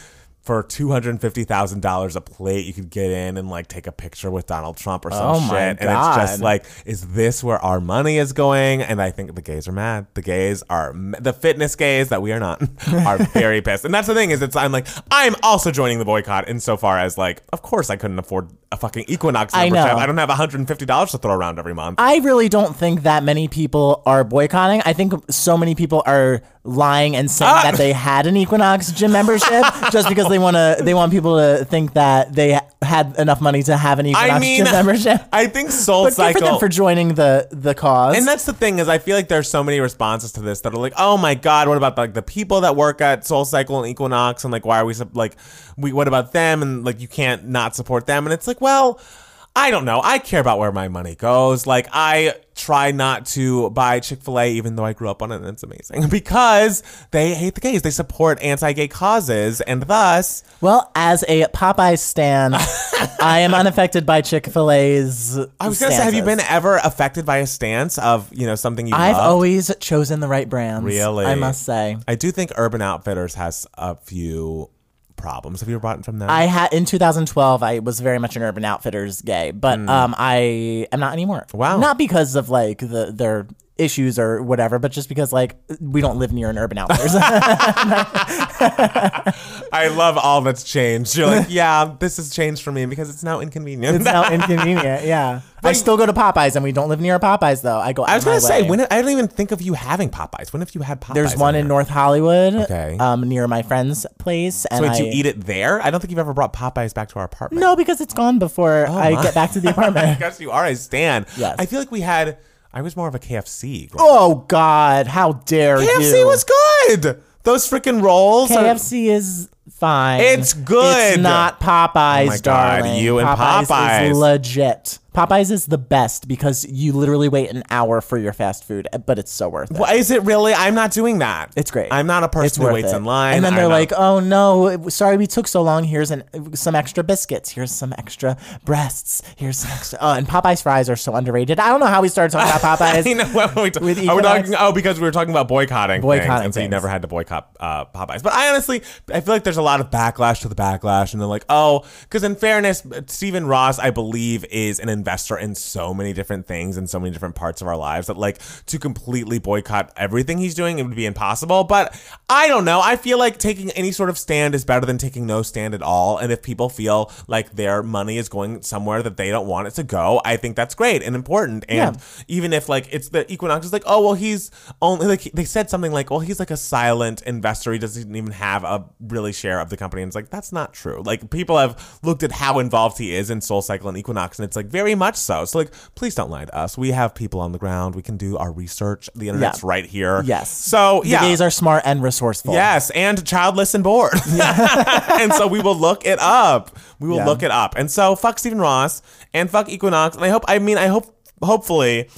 [SPEAKER 2] for two hundred and fifty thousand dollars a plate, you could get in and like take a picture with Donald Trump or some
[SPEAKER 1] Oh
[SPEAKER 2] shit.
[SPEAKER 1] my
[SPEAKER 2] And it's just
[SPEAKER 1] God.
[SPEAKER 2] like, is this where our money is going? And I think the gays are mad. The gays are m- the fitness gays that we are not are very pissed. And that's the thing is, it's I'm like I'm also joining the boycott insofar as like, of course I couldn't afford a fucking Equinox
[SPEAKER 1] I
[SPEAKER 2] membership. I,
[SPEAKER 1] know.
[SPEAKER 2] don't have one hundred and fifty dollars to throw around every month.
[SPEAKER 1] I really don't think that many people are boycotting. I think so many people are lying and saying that they
[SPEAKER 2] Ah!
[SPEAKER 1] had an Equinox gym membership just because they want to. They want people to think that they ha- had enough money to have an Equinox
[SPEAKER 2] I mean,
[SPEAKER 1] gym membership.
[SPEAKER 2] I think Soul
[SPEAKER 1] but good
[SPEAKER 2] Cycle
[SPEAKER 1] for them for joining the the cause.
[SPEAKER 2] And that's the thing is, I feel like there's so many responses to this that are like, "Oh my god, what about like the people that work at Soul Cycle and Equinox, and like why are we sup- like we what about them and like you can't not support them?" And it's like, well. I don't know. I care about where my money goes. Like, I try not to buy Chick fil A, even though I grew up on it and it's amazing, because they hate the gays. They support anti gay causes. And thus,
[SPEAKER 1] well, as a Popeye stan, I am unaffected by Chick Fil A's.
[SPEAKER 2] I was going to say, have you been ever affected by a stance of, you know, something you
[SPEAKER 1] I've
[SPEAKER 2] loved?
[SPEAKER 1] always chosen the right brands.
[SPEAKER 2] Really?
[SPEAKER 1] I must say.
[SPEAKER 2] I do think Urban Outfitters has a few problems. Have you ever bought from them?
[SPEAKER 1] I had in 2012. I was very much an Urban Outfitters gay, but um, I am not anymore.
[SPEAKER 2] Hmm. Wow.
[SPEAKER 1] Not because of like the their issues or whatever, but just because like we don't live near an Urban Outfitters.
[SPEAKER 2] I love all that's changed. You're like, yeah, this has changed for me because it's now inconvenient.
[SPEAKER 1] it's now inconvenient. Yeah. I still go to Popeyes, and we don't live near a Popeyes though. I go.
[SPEAKER 2] I was gonna say, when I don't even think of you having Popeyes. When have you had Popeyes?
[SPEAKER 1] there's one in North Hollywood,
[SPEAKER 2] Okay.
[SPEAKER 1] um, near my friend's place, and
[SPEAKER 2] So wait,
[SPEAKER 1] I,
[SPEAKER 2] you eat it there? I don't think you've ever brought Popeyes back to our apartment.
[SPEAKER 1] No, because it's gone before I
[SPEAKER 2] Oh my.
[SPEAKER 1] get back to the apartment.
[SPEAKER 2] Yes, you are a Stan.
[SPEAKER 1] Yes.
[SPEAKER 2] I feel like we had. I was more of a KFC. growing up.
[SPEAKER 1] oh God! How dare you?
[SPEAKER 2] KFC was good. Those freaking rolls. are-
[SPEAKER 1] KFC is fine.
[SPEAKER 2] It's good.
[SPEAKER 1] It's not Popeyes,
[SPEAKER 2] Oh my God,
[SPEAKER 1] darling.
[SPEAKER 2] you and Popeyes.
[SPEAKER 1] is legit. Popeyes is the best because you literally wait an hour for your fast food, but it's so worth it.
[SPEAKER 2] Why is it really? I'm not doing that.
[SPEAKER 1] It's great.
[SPEAKER 2] I'm not a person
[SPEAKER 1] It's
[SPEAKER 2] who
[SPEAKER 1] worth
[SPEAKER 2] waits
[SPEAKER 1] it.
[SPEAKER 2] in line.
[SPEAKER 1] and then
[SPEAKER 2] I'm
[SPEAKER 1] they're
[SPEAKER 2] not-
[SPEAKER 1] like, "Oh no, it- sorry we took so long. Here's an, some extra biscuits. Here's some extra breasts. Here's some extra." Oh, and Popeyes fries are so underrated. I don't know how we started talking about Popeyes.
[SPEAKER 2] You know, what were we ta-
[SPEAKER 1] With
[SPEAKER 2] oh, we're
[SPEAKER 1] Equinox.
[SPEAKER 2] talking, oh, because we were talking about boycotting, things,
[SPEAKER 1] Boycotting
[SPEAKER 2] and so you
[SPEAKER 1] things.
[SPEAKER 2] never had to boycott uh, Popeyes. But I honestly, I feel like there's a lot of backlash to the backlash, and they're like, oh, because in fairness, Stephen Ross, I believe, is an investor in so many different things and so many different parts of our lives that like to completely boycott everything he's doing, it would be impossible. But I don't know. I feel like taking any sort of stand is better than taking no stand at all. And if people feel like their money is going somewhere that they don't want it to go, I think that's great and important. And
[SPEAKER 1] Yeah.
[SPEAKER 2] even if like it's the Equinox is like, oh well, he's only like they said something like, well, he's like a silent investor. He doesn't even have a really share of the company. And it's like that's not true. Like people have looked at how involved he is in Soul Cycle and Equinox, and it's like very much so. So like, please don't lie to us. We have people on the ground. We can do our research. The internet's
[SPEAKER 1] Yeah.
[SPEAKER 2] right here.
[SPEAKER 1] Yes.
[SPEAKER 2] So
[SPEAKER 1] the
[SPEAKER 2] yeah.
[SPEAKER 1] gays are smart and resourceful.
[SPEAKER 2] Yes, and childless and bored. and so we will look it up. We will
[SPEAKER 1] Yeah.
[SPEAKER 2] look it up. And so fuck Stephen Ross and fuck Equinox. And I hope I mean I hope hopefully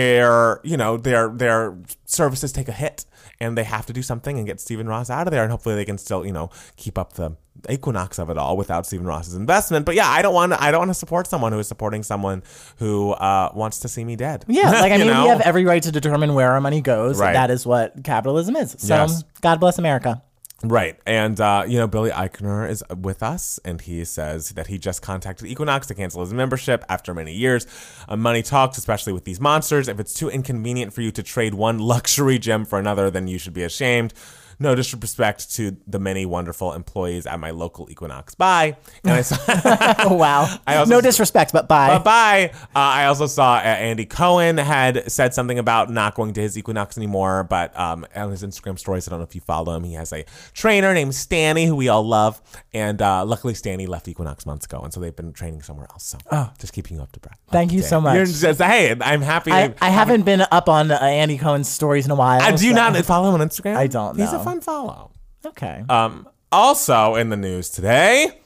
[SPEAKER 2] their you know their their services take a hit and they have to do something and get Stephen Ross out of there and hopefully they can still you know keep up the equinox of it all without Stephen Ross's investment. But yeah, I don't want I don't want to support someone who is supporting someone who uh, wants to see me dead.
[SPEAKER 1] Yeah, like I
[SPEAKER 2] You
[SPEAKER 1] mean,
[SPEAKER 2] know?
[SPEAKER 1] we have every right to determine where our money goes.
[SPEAKER 2] Right.
[SPEAKER 1] That is what capitalism is. So,
[SPEAKER 2] Yes.
[SPEAKER 1] God bless America.
[SPEAKER 2] Right. And, uh, you know, Billy Eichner is with us, and he says that he just contacted Equinox to cancel his membership after many years. Uh, money talks, especially with these monsters. If it's too inconvenient for you to trade one luxury gem for another, then you should be ashamed. No disrespect to the many wonderful employees at my local Equinox. Bye. And I saw.
[SPEAKER 1] Oh wow.
[SPEAKER 2] I also-
[SPEAKER 1] no disrespect, but bye.
[SPEAKER 2] Uh, bye. Uh, I also saw uh, Andy Cohen had said something about not going to his Equinox anymore, but um, on his Instagram stories, I don't know if you follow him. He has a trainer named Stanny, who we all love, and uh, luckily Stanny left Equinox months ago, and so they've been training somewhere else. So just keeping you up to breath.
[SPEAKER 1] Oh. Thank you so much.
[SPEAKER 2] You're just, hey, I'm happy.
[SPEAKER 1] I, I haven't been up on uh, Andy Cohen's stories in a while.
[SPEAKER 2] Uh, do you
[SPEAKER 1] so-
[SPEAKER 2] not follow him on Instagram?
[SPEAKER 1] I don't
[SPEAKER 2] He's a
[SPEAKER 1] know.
[SPEAKER 2] fun follow.
[SPEAKER 1] Okay.
[SPEAKER 2] Um, also in the news today,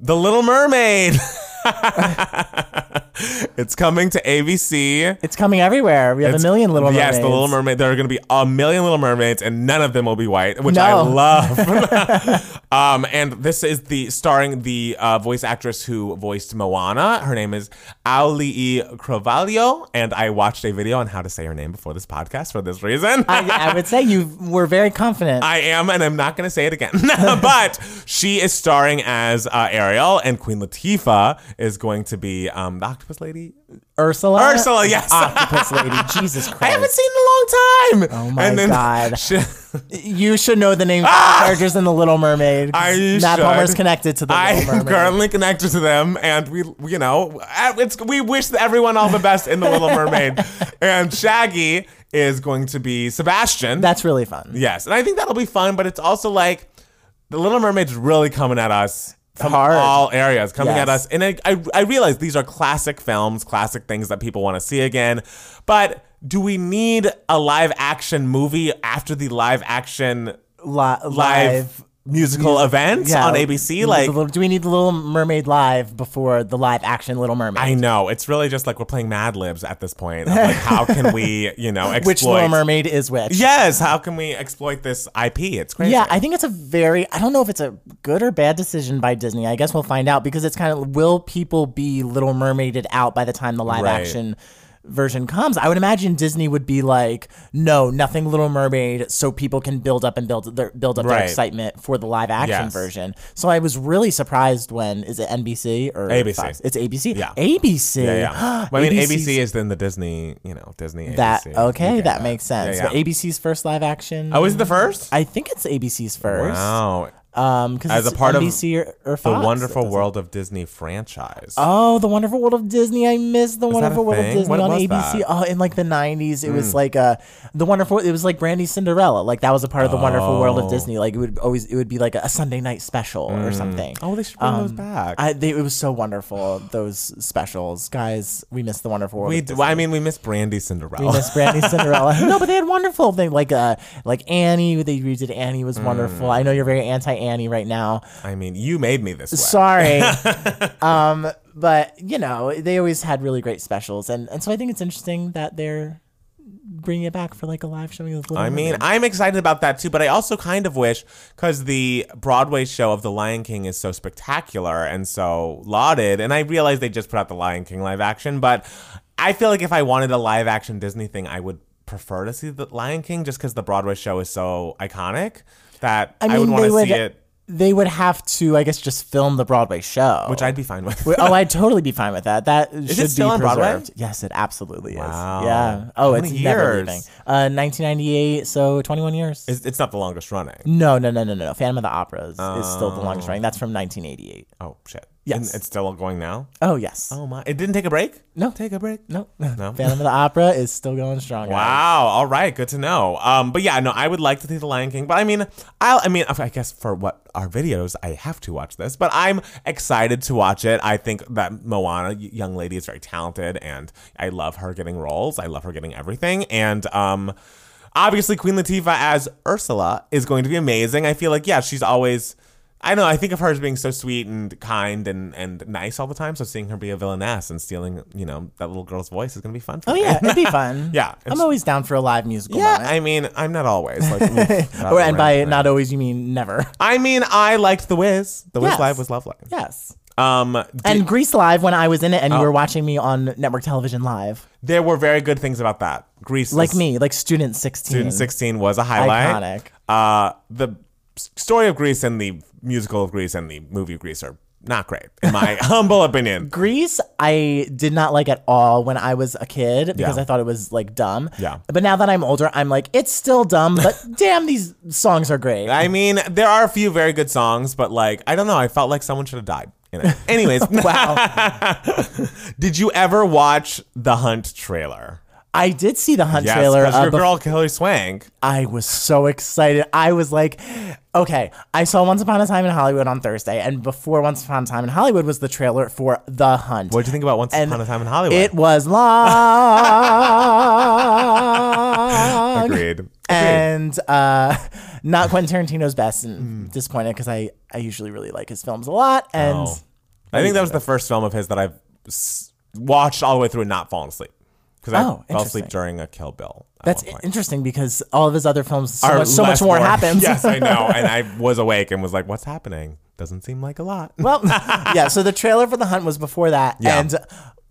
[SPEAKER 2] The Little Mermaid. it's coming to ABC.
[SPEAKER 1] it's coming everywhere. We have a
[SPEAKER 2] It's-
[SPEAKER 1] million Little Mermaids.
[SPEAKER 2] Yes, the Little Mermaid. There are going to be a million Little Mermaids, and none of them will be white, which I
[SPEAKER 1] No.
[SPEAKER 2] love. um, and this is the starring the uh, voice actress who voiced Moana. Her name is Auli'i Cravalho, and I watched a video on how to say her name before this podcast for this reason.
[SPEAKER 1] I, I would say you were very confident.
[SPEAKER 2] I am, and I'm not going to say it again. but she is starring as uh, Ariel, and Queen Latifah is going to be um, the octopus lady.
[SPEAKER 1] Ursula.
[SPEAKER 2] Ursula, yes.
[SPEAKER 1] Octopus lady. Jesus Christ.
[SPEAKER 2] I haven't seen in a
[SPEAKER 1] Oh
[SPEAKER 2] long time.
[SPEAKER 1] my God.
[SPEAKER 2] She,
[SPEAKER 1] You should know the names of the characters in The Little Mermaid. 'cause
[SPEAKER 2] Ah! I
[SPEAKER 1] Matt
[SPEAKER 2] should.
[SPEAKER 1] Palmer's connected to the
[SPEAKER 2] I
[SPEAKER 1] Little
[SPEAKER 2] am
[SPEAKER 1] Mermaid.
[SPEAKER 2] currently connected to them, and we, we- you know, uh, it's we wish everyone all the best in the Little Mermaid. and Shaggy is going to be Sebastian.
[SPEAKER 1] That's really fun.
[SPEAKER 2] yes, and I think that'll be fun. But it's also like the Little Mermaid's really coming at us. From
[SPEAKER 1] Hard.
[SPEAKER 2] all areas coming at
[SPEAKER 1] Yes.
[SPEAKER 2] us. And I, I, I realize these are classic films, classic things that people want to see again. But do we need a live action movie after the live action
[SPEAKER 1] Li-
[SPEAKER 2] live musical events on ABC.
[SPEAKER 1] the
[SPEAKER 2] Like,
[SPEAKER 1] Little- do we need the Little Mermaid live before the live action Little Mermaid?
[SPEAKER 2] I know it's really just like we're playing Mad Libs at this point. Of like, how can we, you know, exploit?
[SPEAKER 1] which Little Mermaid is which?
[SPEAKER 2] Yes, how can we exploit this IP? It's crazy.
[SPEAKER 1] Yeah, I think it's a very I don't know if it's a good or bad decision by Disney. I guess we'll find out because it's kind of will people be Little Mermaided out by the time the live
[SPEAKER 2] Right.
[SPEAKER 1] action version comes? I would imagine Disney would be like, no, nothing Little Mermaid, so people can build up and build their build up
[SPEAKER 2] Right.
[SPEAKER 1] their excitement for the live action
[SPEAKER 2] Yes.
[SPEAKER 1] version. So I was really surprised when is it NBC or
[SPEAKER 2] ABC.
[SPEAKER 1] Fox? It's ABC.
[SPEAKER 2] Yeah.
[SPEAKER 1] ABC.
[SPEAKER 2] yeah, yeah. Well, I mean,
[SPEAKER 1] ABC's
[SPEAKER 2] ABC is then the Disney, you know, Disney.
[SPEAKER 1] that
[SPEAKER 2] ABC.
[SPEAKER 1] okay?
[SPEAKER 2] You get
[SPEAKER 1] That makes sense.
[SPEAKER 2] Yeah,
[SPEAKER 1] But
[SPEAKER 2] yeah.
[SPEAKER 1] ABC's first live action.
[SPEAKER 2] oh, is it the first?
[SPEAKER 1] I think it's ABC's first.
[SPEAKER 2] Wow.
[SPEAKER 1] Um, because
[SPEAKER 2] As
[SPEAKER 1] it's
[SPEAKER 2] a part of
[SPEAKER 1] NBC or, or
[SPEAKER 2] The
[SPEAKER 1] Fox.
[SPEAKER 2] Wonderful World of Disney franchise.
[SPEAKER 1] Oh, the Wonderful World of Disney! I missed the
[SPEAKER 2] that
[SPEAKER 1] Wonderful
[SPEAKER 2] a
[SPEAKER 1] World
[SPEAKER 2] thing?
[SPEAKER 1] of Disney
[SPEAKER 2] What
[SPEAKER 1] on
[SPEAKER 2] was
[SPEAKER 1] ABC.
[SPEAKER 2] that? Hmm.
[SPEAKER 1] Oh, in like the '90s, it was like uh, the Wonderful. It was like Brandy's Cinderella. Like that was a part of the Wonderful World of Disney. Like it would always, it would be like a, Sunday night special or something. Um,
[SPEAKER 2] oh, they should bring those back.
[SPEAKER 1] I, they, it was so wonderful those specials, guys. We missed the Wonderful World.
[SPEAKER 2] we,
[SPEAKER 1] of
[SPEAKER 2] d-
[SPEAKER 1] Disney.
[SPEAKER 2] well, I mean, we miss Brandy Cinderella.
[SPEAKER 1] We miss Brandy Cinderella. No, but they had wonderful things like uh, like Annie. They redid Annie
[SPEAKER 2] Hmm.
[SPEAKER 1] was wonderful. I know you're very anti Annie right now.
[SPEAKER 2] I mean, you made me this way.
[SPEAKER 1] Sorry. um, but you know, they always had really great specials, and and so I think it's interesting that they're bringing it back for like a live showing of Little
[SPEAKER 2] I mean,
[SPEAKER 1] Mermaid.
[SPEAKER 2] I'm excited about that too, but I also kind of wish because the Broadway show of The Lion King is so spectacular and so lauded. And I realize they just put out The Lion King live action, but I feel like if I wanted a live action Disney thing, I would prefer to see The Lion King just because the Broadway show is so iconic that I, would want
[SPEAKER 1] they
[SPEAKER 2] to see it,
[SPEAKER 1] They would have to, I guess, just film the Broadway show.
[SPEAKER 2] which I'd be fine with.
[SPEAKER 1] oh, I'd totally be fine with that. That should
[SPEAKER 2] still
[SPEAKER 1] be
[SPEAKER 2] on Broadway?
[SPEAKER 1] preserved. Yes, it absolutely
[SPEAKER 2] Wow.
[SPEAKER 1] is. Yeah. Oh,
[SPEAKER 2] How
[SPEAKER 1] it's
[SPEAKER 2] many
[SPEAKER 1] never
[SPEAKER 2] years?
[SPEAKER 1] leaving. Uh, 1998, so 21 years.
[SPEAKER 2] it's, it's not the longest running.
[SPEAKER 1] no, no, no, no, no. Phantom of the Opera is, is still the longest running. That's from 1988.
[SPEAKER 2] Oh, shit.
[SPEAKER 1] Yes.
[SPEAKER 2] And it's still going now?
[SPEAKER 1] Oh yes.
[SPEAKER 2] Oh, my. It didn't take a break?
[SPEAKER 1] No.
[SPEAKER 2] Take a break?
[SPEAKER 1] No.
[SPEAKER 2] No.
[SPEAKER 1] Phantom of the Opera is still going strong. guys.
[SPEAKER 2] Wow. All right. Good to know. Um, but yeah, no, I would like to see The Lion King, but I mean, I, I mean, I guess for what our videos, I have to watch this, but I'm excited to watch it. I think that Moana, y- young lady, is very talented, and I love her getting roles. I love her getting everything, and um. Obviously, Queen Latifah as Ursula is going to be amazing. I feel like, yeah, she's always I know. I think of her as being so sweet and kind and, and nice all the time. So seeing her be a villainess and stealing, you know, that little girl's voice is going to be fun. For
[SPEAKER 1] Oh
[SPEAKER 2] me.
[SPEAKER 1] yeah, it'd be fun.
[SPEAKER 2] Yeah,
[SPEAKER 1] I'm
[SPEAKER 2] it's-
[SPEAKER 1] always down for a live musical.
[SPEAKER 2] yeah.
[SPEAKER 1] moment.
[SPEAKER 2] I mean, I'm not always. Like, oof,
[SPEAKER 1] or and by
[SPEAKER 2] around.
[SPEAKER 1] not always you mean never.
[SPEAKER 2] I mean, I liked The Wiz. The Wiz
[SPEAKER 1] Yes.
[SPEAKER 2] Live was lovely.
[SPEAKER 1] Yes.
[SPEAKER 2] Um, d-
[SPEAKER 1] And Grease Live when I was in it,
[SPEAKER 2] Oh.
[SPEAKER 1] and you were watching me on network television live,
[SPEAKER 2] there were very good things about that. Greece,
[SPEAKER 1] like
[SPEAKER 2] was-
[SPEAKER 1] me, like student sixteen.
[SPEAKER 2] Student 16 was a highlight. Iconic. Uh, the s- story of Greece and the musical of Greece and the movie of Greece are not great, in my humble opinion.
[SPEAKER 1] Grease, I did not like at all when I was a kid because
[SPEAKER 2] Yeah.
[SPEAKER 1] I thought it was like dumb.
[SPEAKER 2] Yeah.
[SPEAKER 1] But now that I'm older, I'm like, it's still dumb, but damn, these songs are great.
[SPEAKER 2] I mean, there are a few very good songs, but like, I don't know. I felt like someone should have died in it. Anyways,
[SPEAKER 1] wow.
[SPEAKER 2] did you ever watch the Hunt trailer?
[SPEAKER 1] I did see the Hunt
[SPEAKER 2] Yes,
[SPEAKER 1] trailer.
[SPEAKER 2] 'cause
[SPEAKER 1] uh,
[SPEAKER 2] your
[SPEAKER 1] bef-
[SPEAKER 2] girl Kelly Swank.
[SPEAKER 1] I was so excited. I was like, okay, I saw Once Upon a Time in Hollywood on Thursday, and before Once Upon a Time in Hollywood was the trailer for The Hunt.
[SPEAKER 2] What'd you think about Once
[SPEAKER 1] And
[SPEAKER 2] Upon a Time in Hollywood?
[SPEAKER 1] It was long.
[SPEAKER 2] Agreed. Agreed.
[SPEAKER 1] And uh, not Quentin Tarantino's best,
[SPEAKER 2] Hmm.
[SPEAKER 1] and disappointed because I, I usually really like his films a lot. And
[SPEAKER 2] Oh. I think that was the first film of his that I've s- watched all the way through and not fallen asleep because I
[SPEAKER 1] Oh,
[SPEAKER 2] fell asleep
[SPEAKER 1] interesting.
[SPEAKER 2] during a Kill Bill. at
[SPEAKER 1] that's
[SPEAKER 2] one point.
[SPEAKER 1] interesting because all of his other films, so,
[SPEAKER 2] Or
[SPEAKER 1] much, so much
[SPEAKER 2] less
[SPEAKER 1] more, happens.
[SPEAKER 2] yes, I know. And I was awake and was like, "What's happening? Doesn't seem like a lot."
[SPEAKER 1] Well, yeah. So the trailer for The Hunt was before that,
[SPEAKER 2] Yeah.
[SPEAKER 1] and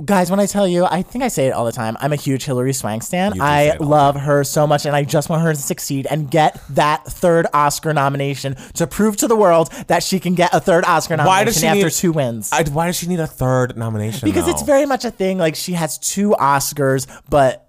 [SPEAKER 1] guys, when I tell you, I think I say it all the time. I'm a huge Hillary Swank stan.
[SPEAKER 2] You do say
[SPEAKER 1] I
[SPEAKER 2] it all the
[SPEAKER 1] love her so much, and I just want her to succeed and get that third Oscar nomination to prove to the world that she can get a third Oscar nomination
[SPEAKER 2] Why does she
[SPEAKER 1] after
[SPEAKER 2] need-
[SPEAKER 1] two wins.
[SPEAKER 2] I, why does she need a third nomination?
[SPEAKER 1] because
[SPEAKER 2] though?
[SPEAKER 1] it's very much a thing. Like she has two Oscars, but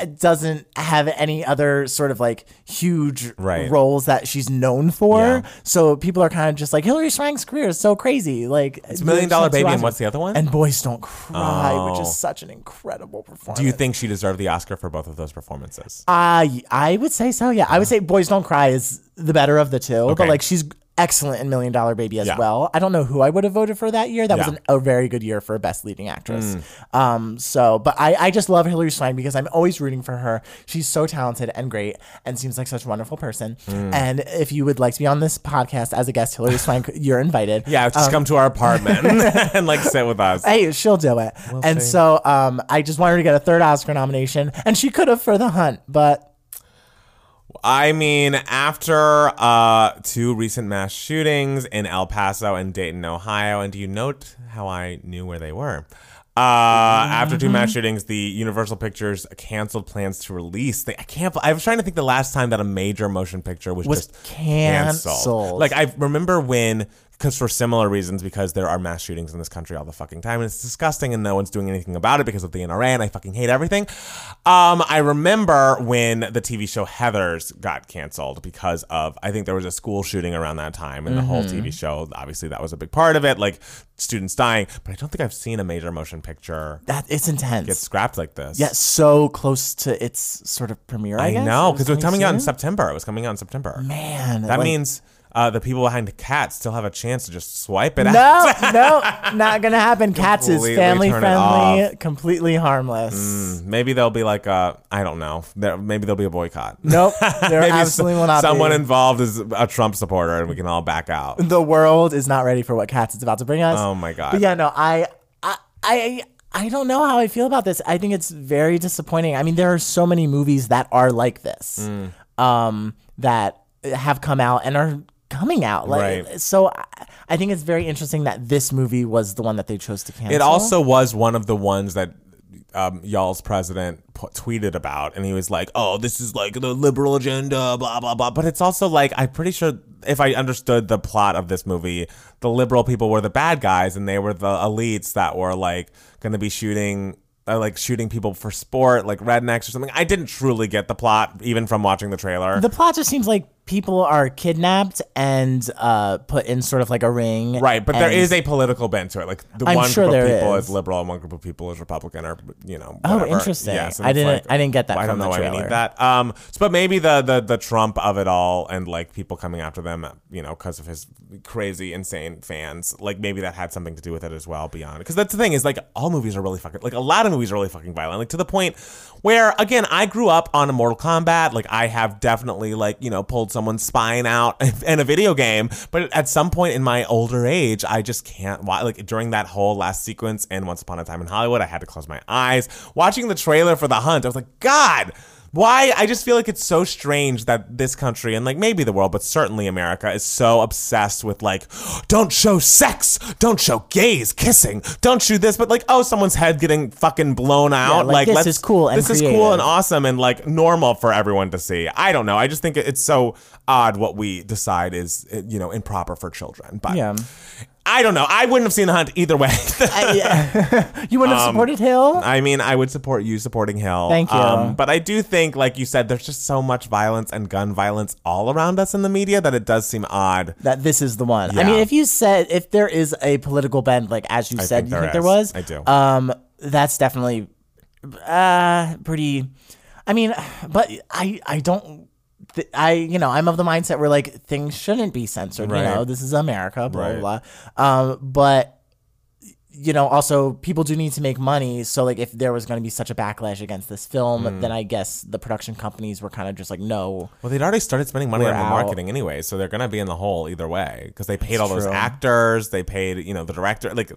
[SPEAKER 1] it doesn't have any other sort of like huge
[SPEAKER 2] Right.
[SPEAKER 1] roles that she's known for.
[SPEAKER 2] Yeah.
[SPEAKER 1] So people are kind of just like Hillary Swank's career is so crazy. Like it's
[SPEAKER 2] Million Dollar Baby and what's the other one?
[SPEAKER 1] And Boys Don't Cry, which
[SPEAKER 2] Oh.
[SPEAKER 1] is such an incredible performance.
[SPEAKER 2] Do you think she deserved the Oscar for both of those performances?
[SPEAKER 1] Uh, y- I would say so. Yeah, I would say Boys Don't Cry is the better of the two,
[SPEAKER 2] Okay.
[SPEAKER 1] but like she's excellent in Million Dollar Baby as
[SPEAKER 2] Yeah.
[SPEAKER 1] well. I don't know who I would have voted for that year. That was
[SPEAKER 2] Yeah. Mm.
[SPEAKER 1] an, a very good year for Best Leading Actress. Um, so, but I, I just love Hillary Swank because I'm always rooting for her. She's so talented and great, and seems like such a wonderful person.
[SPEAKER 2] Mm.
[SPEAKER 1] And if you would like to be on this podcast as a guest, Hillary Swank, you're invited.
[SPEAKER 2] yeah, just come to our apartment and like sit with us.
[SPEAKER 1] Hey, she'll do it. and
[SPEAKER 2] see.
[SPEAKER 1] so um, I just want her to get a third Oscar nomination, and she could have for The Hunt, but
[SPEAKER 2] I mean, after uh, two recent mass shootings in El Paso and Dayton, Ohio, and do you note how I knew where they were? Uh, After two mass shootings, the Universal Pictures canceled plans to release. The, I can't. I was trying to think the last time that a major motion picture was,
[SPEAKER 1] Was
[SPEAKER 2] just
[SPEAKER 1] canceled.
[SPEAKER 2] Like I remember when, because for similar reasons, because there are mass shootings in this country all the fucking time, and it's disgusting, and no one's doing anything about it because of the NRA, and I fucking hate everything. Um, I remember when the TV show Heather's got canceled because of I think there was a school shooting around that time, and the whole TV show obviously that was a big part of it, like students dying. But I don't think I've seen a major motion picture
[SPEAKER 1] that it's intense.
[SPEAKER 2] get scrapped like this.
[SPEAKER 1] Yeah, so close to its sort of premiere. I,
[SPEAKER 2] I,
[SPEAKER 1] guess.
[SPEAKER 2] know because it was coming out in
[SPEAKER 1] soon.
[SPEAKER 2] September. It was coming out in September.
[SPEAKER 1] Man,
[SPEAKER 2] That
[SPEAKER 1] like-
[SPEAKER 2] means uh, the people behind the cat still have a chance to just swipe it out.
[SPEAKER 1] no, no, not gonna happen. Cats is
[SPEAKER 2] Completely
[SPEAKER 1] family
[SPEAKER 2] turn it Mm.
[SPEAKER 1] friendly, completely harmless.
[SPEAKER 2] Maybe there'll be like a I don't know. There, maybe there'll be a boycott.
[SPEAKER 1] Nope, there
[SPEAKER 2] maybe
[SPEAKER 1] absolutely
[SPEAKER 2] s-
[SPEAKER 1] will not
[SPEAKER 2] someone
[SPEAKER 1] be.
[SPEAKER 2] involved is a Trump supporter, and we can all back out.
[SPEAKER 1] the world is not ready for what Cats is about to bring us.
[SPEAKER 2] Oh my God.
[SPEAKER 1] But yeah, no, I, I, I, I don't know how I feel about this. I think it's very disappointing. I mean, there are so many movies that are like this,
[SPEAKER 2] Mm.
[SPEAKER 1] um, that have come out and are coming out. Like,
[SPEAKER 2] Right.
[SPEAKER 1] so I, I think it's very interesting that this movie was the one that they chose to cancel.
[SPEAKER 2] It also was one of the ones that um, y'all's president p- tweeted about, and he was like, "Oh, this is like the liberal agenda, blah blah blah." But it's also like I'm pretty sure if I understood the plot of this movie, the liberal people were the bad guys, and they were the elites that were like going to be shooting. Uh, like shooting people for sport, like rednecks or something. I didn't truly get the plot, even from watching the trailer.
[SPEAKER 1] The plot just seems like people are kidnapped and uh, put in sort of like a ring.
[SPEAKER 2] right, but there
[SPEAKER 1] and-
[SPEAKER 2] is a political bent to it. Like the
[SPEAKER 1] I'm
[SPEAKER 2] one
[SPEAKER 1] sure
[SPEAKER 2] group of
[SPEAKER 1] there
[SPEAKER 2] people
[SPEAKER 1] is.
[SPEAKER 2] is. liberal and one group of people is Republican, or you know.
[SPEAKER 1] Oh,
[SPEAKER 2] whatever.
[SPEAKER 1] interesting.
[SPEAKER 2] and
[SPEAKER 1] I
[SPEAKER 2] it's
[SPEAKER 1] didn't- I didn't get that
[SPEAKER 2] I
[SPEAKER 1] from
[SPEAKER 2] don't know
[SPEAKER 1] the
[SPEAKER 2] why we
[SPEAKER 1] trailer.
[SPEAKER 2] need that. Um, so, but maybe the the the Trump of it all and like people coming after them, you know, because of his crazy, insane fans. Like maybe that had something to do with it as well. Beyond because that's the thing is like all movies are really fucking like a lot of movies are really fucking violent. Like to the point where again, I grew up on a Mortal Kombat. Like I have definitely like you know pulled someone's spine out in a video game. But at some point in my older age, I just can't watch. Like during that whole last sequence in Once Upon a Time in Hollywood, I had to close my eyes. Watching the trailer for The Hunt, I was like, God. Why? I just feel like it's so strange that this country and like maybe the world, but certainly America is so obsessed with like, don't show sex, don't show gays kissing, don't show this, but like, oh, someone's head getting fucking blown out.
[SPEAKER 1] like, this
[SPEAKER 2] let's-
[SPEAKER 1] is cool and
[SPEAKER 2] this is cool
[SPEAKER 1] creative.
[SPEAKER 2] and awesome and like normal for everyone to see. I don't know. I just think it- it's so odd what we decide is uh, you know improper for children. But
[SPEAKER 1] Yeah.
[SPEAKER 2] I don't know. I wouldn't have seen the hunt either way.
[SPEAKER 1] You wouldn't
[SPEAKER 2] Um,
[SPEAKER 1] have supported Hill?
[SPEAKER 2] I mean, I would support you supporting Hill. Um,
[SPEAKER 1] Thank you.
[SPEAKER 2] but I do think, like you said, there's just so much violence and gun violence all around us in the media that it does seem odd.
[SPEAKER 1] That this is the one. I
[SPEAKER 2] Yeah.
[SPEAKER 1] mean, if you said if there is a political bend, like as you
[SPEAKER 2] I
[SPEAKER 1] said,
[SPEAKER 2] think
[SPEAKER 1] you
[SPEAKER 2] there
[SPEAKER 1] think there
[SPEAKER 2] is.
[SPEAKER 1] was.
[SPEAKER 2] I do.
[SPEAKER 1] Um, that's definitely uh pretty. I mean, but I I don't. th- I you know I'm of the mindset where like things shouldn't be censored. You
[SPEAKER 2] Right.
[SPEAKER 1] know, this is America. Blah blah.
[SPEAKER 2] Right.
[SPEAKER 1] blah. Um, but you know, also people do need to make money. So like, if there was going to be such a backlash against this film,
[SPEAKER 2] Hmm.
[SPEAKER 1] then I guess the production companies were kind of just like, no,
[SPEAKER 2] Well, they'd already started spending money
[SPEAKER 1] We're
[SPEAKER 2] on the
[SPEAKER 1] out.
[SPEAKER 2] marketing anyway, so they're gonna be in the hole either way because they paid all those
[SPEAKER 1] true.
[SPEAKER 2] actors, they paid you know the director, like.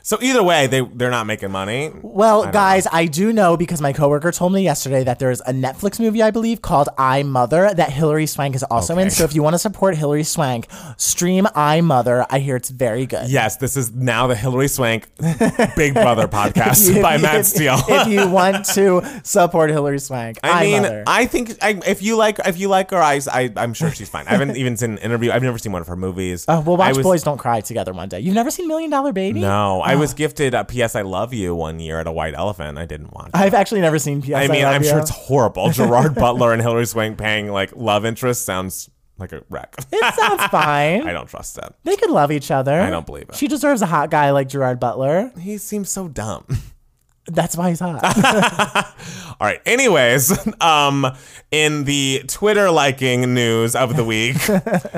[SPEAKER 2] So either way, they they're not making money.
[SPEAKER 1] Well, guys, I do know because my coworker told me yesterday that there is a Netflix movie, I believe, called I Mother that Hilary Swank is also in.
[SPEAKER 2] Okay.
[SPEAKER 1] So if you want to support Hilary Swank, stream I Mother. I hear it's very good.
[SPEAKER 2] Yes, this is now the Hillary Swank Big Brother podcast by
[SPEAKER 1] If-
[SPEAKER 2] Matt
[SPEAKER 1] if-
[SPEAKER 2] Steele.
[SPEAKER 1] if you want to support Hilary Swank, I,
[SPEAKER 2] I mean,
[SPEAKER 1] Mother.
[SPEAKER 2] I think I, if you like if you like her, I, I I'm sure she's fine. I haven't even seen an interview. I've never seen one of her movies.
[SPEAKER 1] Uh, we'll
[SPEAKER 2] I
[SPEAKER 1] watch
[SPEAKER 2] was-
[SPEAKER 1] Boys Don't Cry together one day. You've never seen Million Dollar Baby?
[SPEAKER 2] No, I was gifted a P.S. I Love You one year at a White Elephant. I didn't want. it.
[SPEAKER 1] I've actually never seen P.S.
[SPEAKER 2] I mean,
[SPEAKER 1] Love
[SPEAKER 2] I'm sure
[SPEAKER 1] You.
[SPEAKER 2] it's horrible. Gerard Butler and Hillary Swank paying like love interest sounds like a wreck.
[SPEAKER 1] It sounds
[SPEAKER 2] I
[SPEAKER 1] fine.
[SPEAKER 2] don't trust that.
[SPEAKER 1] They could love each other.
[SPEAKER 2] I don't believe it.
[SPEAKER 1] She deserves a hot guy like Gerard Butler.
[SPEAKER 2] He seems so dumb.
[SPEAKER 1] That's why he's hot.
[SPEAKER 2] All right. Anyways, um, in the Twitter liking news of the week,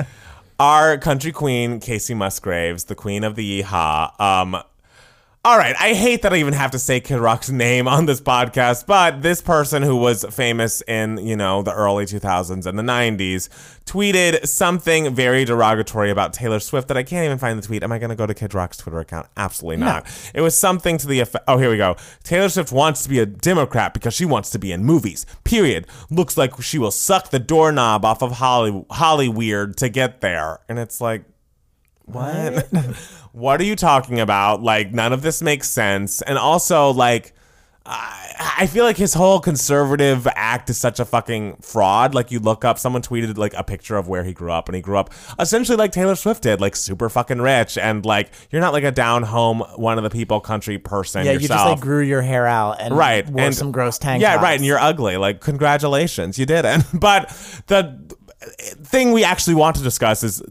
[SPEAKER 2] our country queen Casey Musgraves, the queen of the yeehaw. Um, all right, I hate that I even have to say Kid Rock's name on this podcast, but this person who was famous in you know the early 2000s and the 90s tweeted something very derogatory about Taylor Swift that I can't even find the tweet. Am I going to go to Kid Rock's Twitter account? Absolutely not. It was something to the effect. Oh, here we go. Taylor Swift wants to be a Democrat because she wants to be in movies. Period. Looks like she will suck the doorknob off of Holly Holly Weird to get there, and it's like. What? what are you talking about? Like, none of this makes sense. And also, like, I, I feel like his whole conservative act is such a fucking fraud. Like, you look up, someone tweeted, like, a picture of where he grew up, and he grew up essentially like Taylor Swift did, like, super fucking rich. And, like, you're not like a down home, one of the people country person
[SPEAKER 1] Yeah,
[SPEAKER 2] yourself
[SPEAKER 1] you just like grew your hair out and
[SPEAKER 2] right
[SPEAKER 1] wore some gross tank
[SPEAKER 2] yeah right
[SPEAKER 1] tops.
[SPEAKER 2] and you're ugly like congratulations you did it but the thing we actually want to discuss is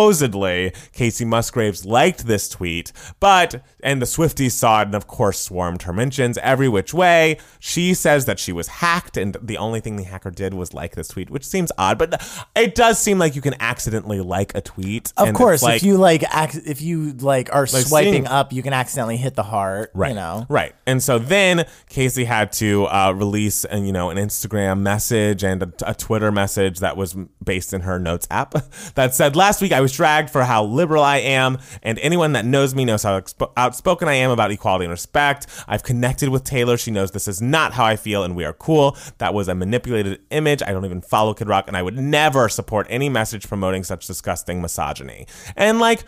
[SPEAKER 2] supposedly casey musgraves liked this tweet but and the swifties saw it and of course swarmed her mentions every which way she says that she was hacked and the only thing the hacker did was like this tweet which seems odd but it does seem like you can accidentally like a tweet
[SPEAKER 1] Of
[SPEAKER 2] and it's
[SPEAKER 1] course,
[SPEAKER 2] like-
[SPEAKER 1] if you like, ac- if you like are
[SPEAKER 2] Like
[SPEAKER 1] swiping
[SPEAKER 2] seeing-
[SPEAKER 1] up, you can accidentally hit the heart.
[SPEAKER 2] Right.
[SPEAKER 1] You know.
[SPEAKER 2] Right. And so then Casey had to uh, release, uh, you know, an Instagram message and a, a Twitter message that was based in her notes app that said, "Last week I was dragged for how liberal I am, and anyone that knows me knows how expo- outspoken I am about equality and respect. I've connected with Taylor. She knows this is not how I feel, and we are cool. That was a manipulated image. I don't even follow Kid Rock, and I would never support any message promoting such disgusting misogyny." And like.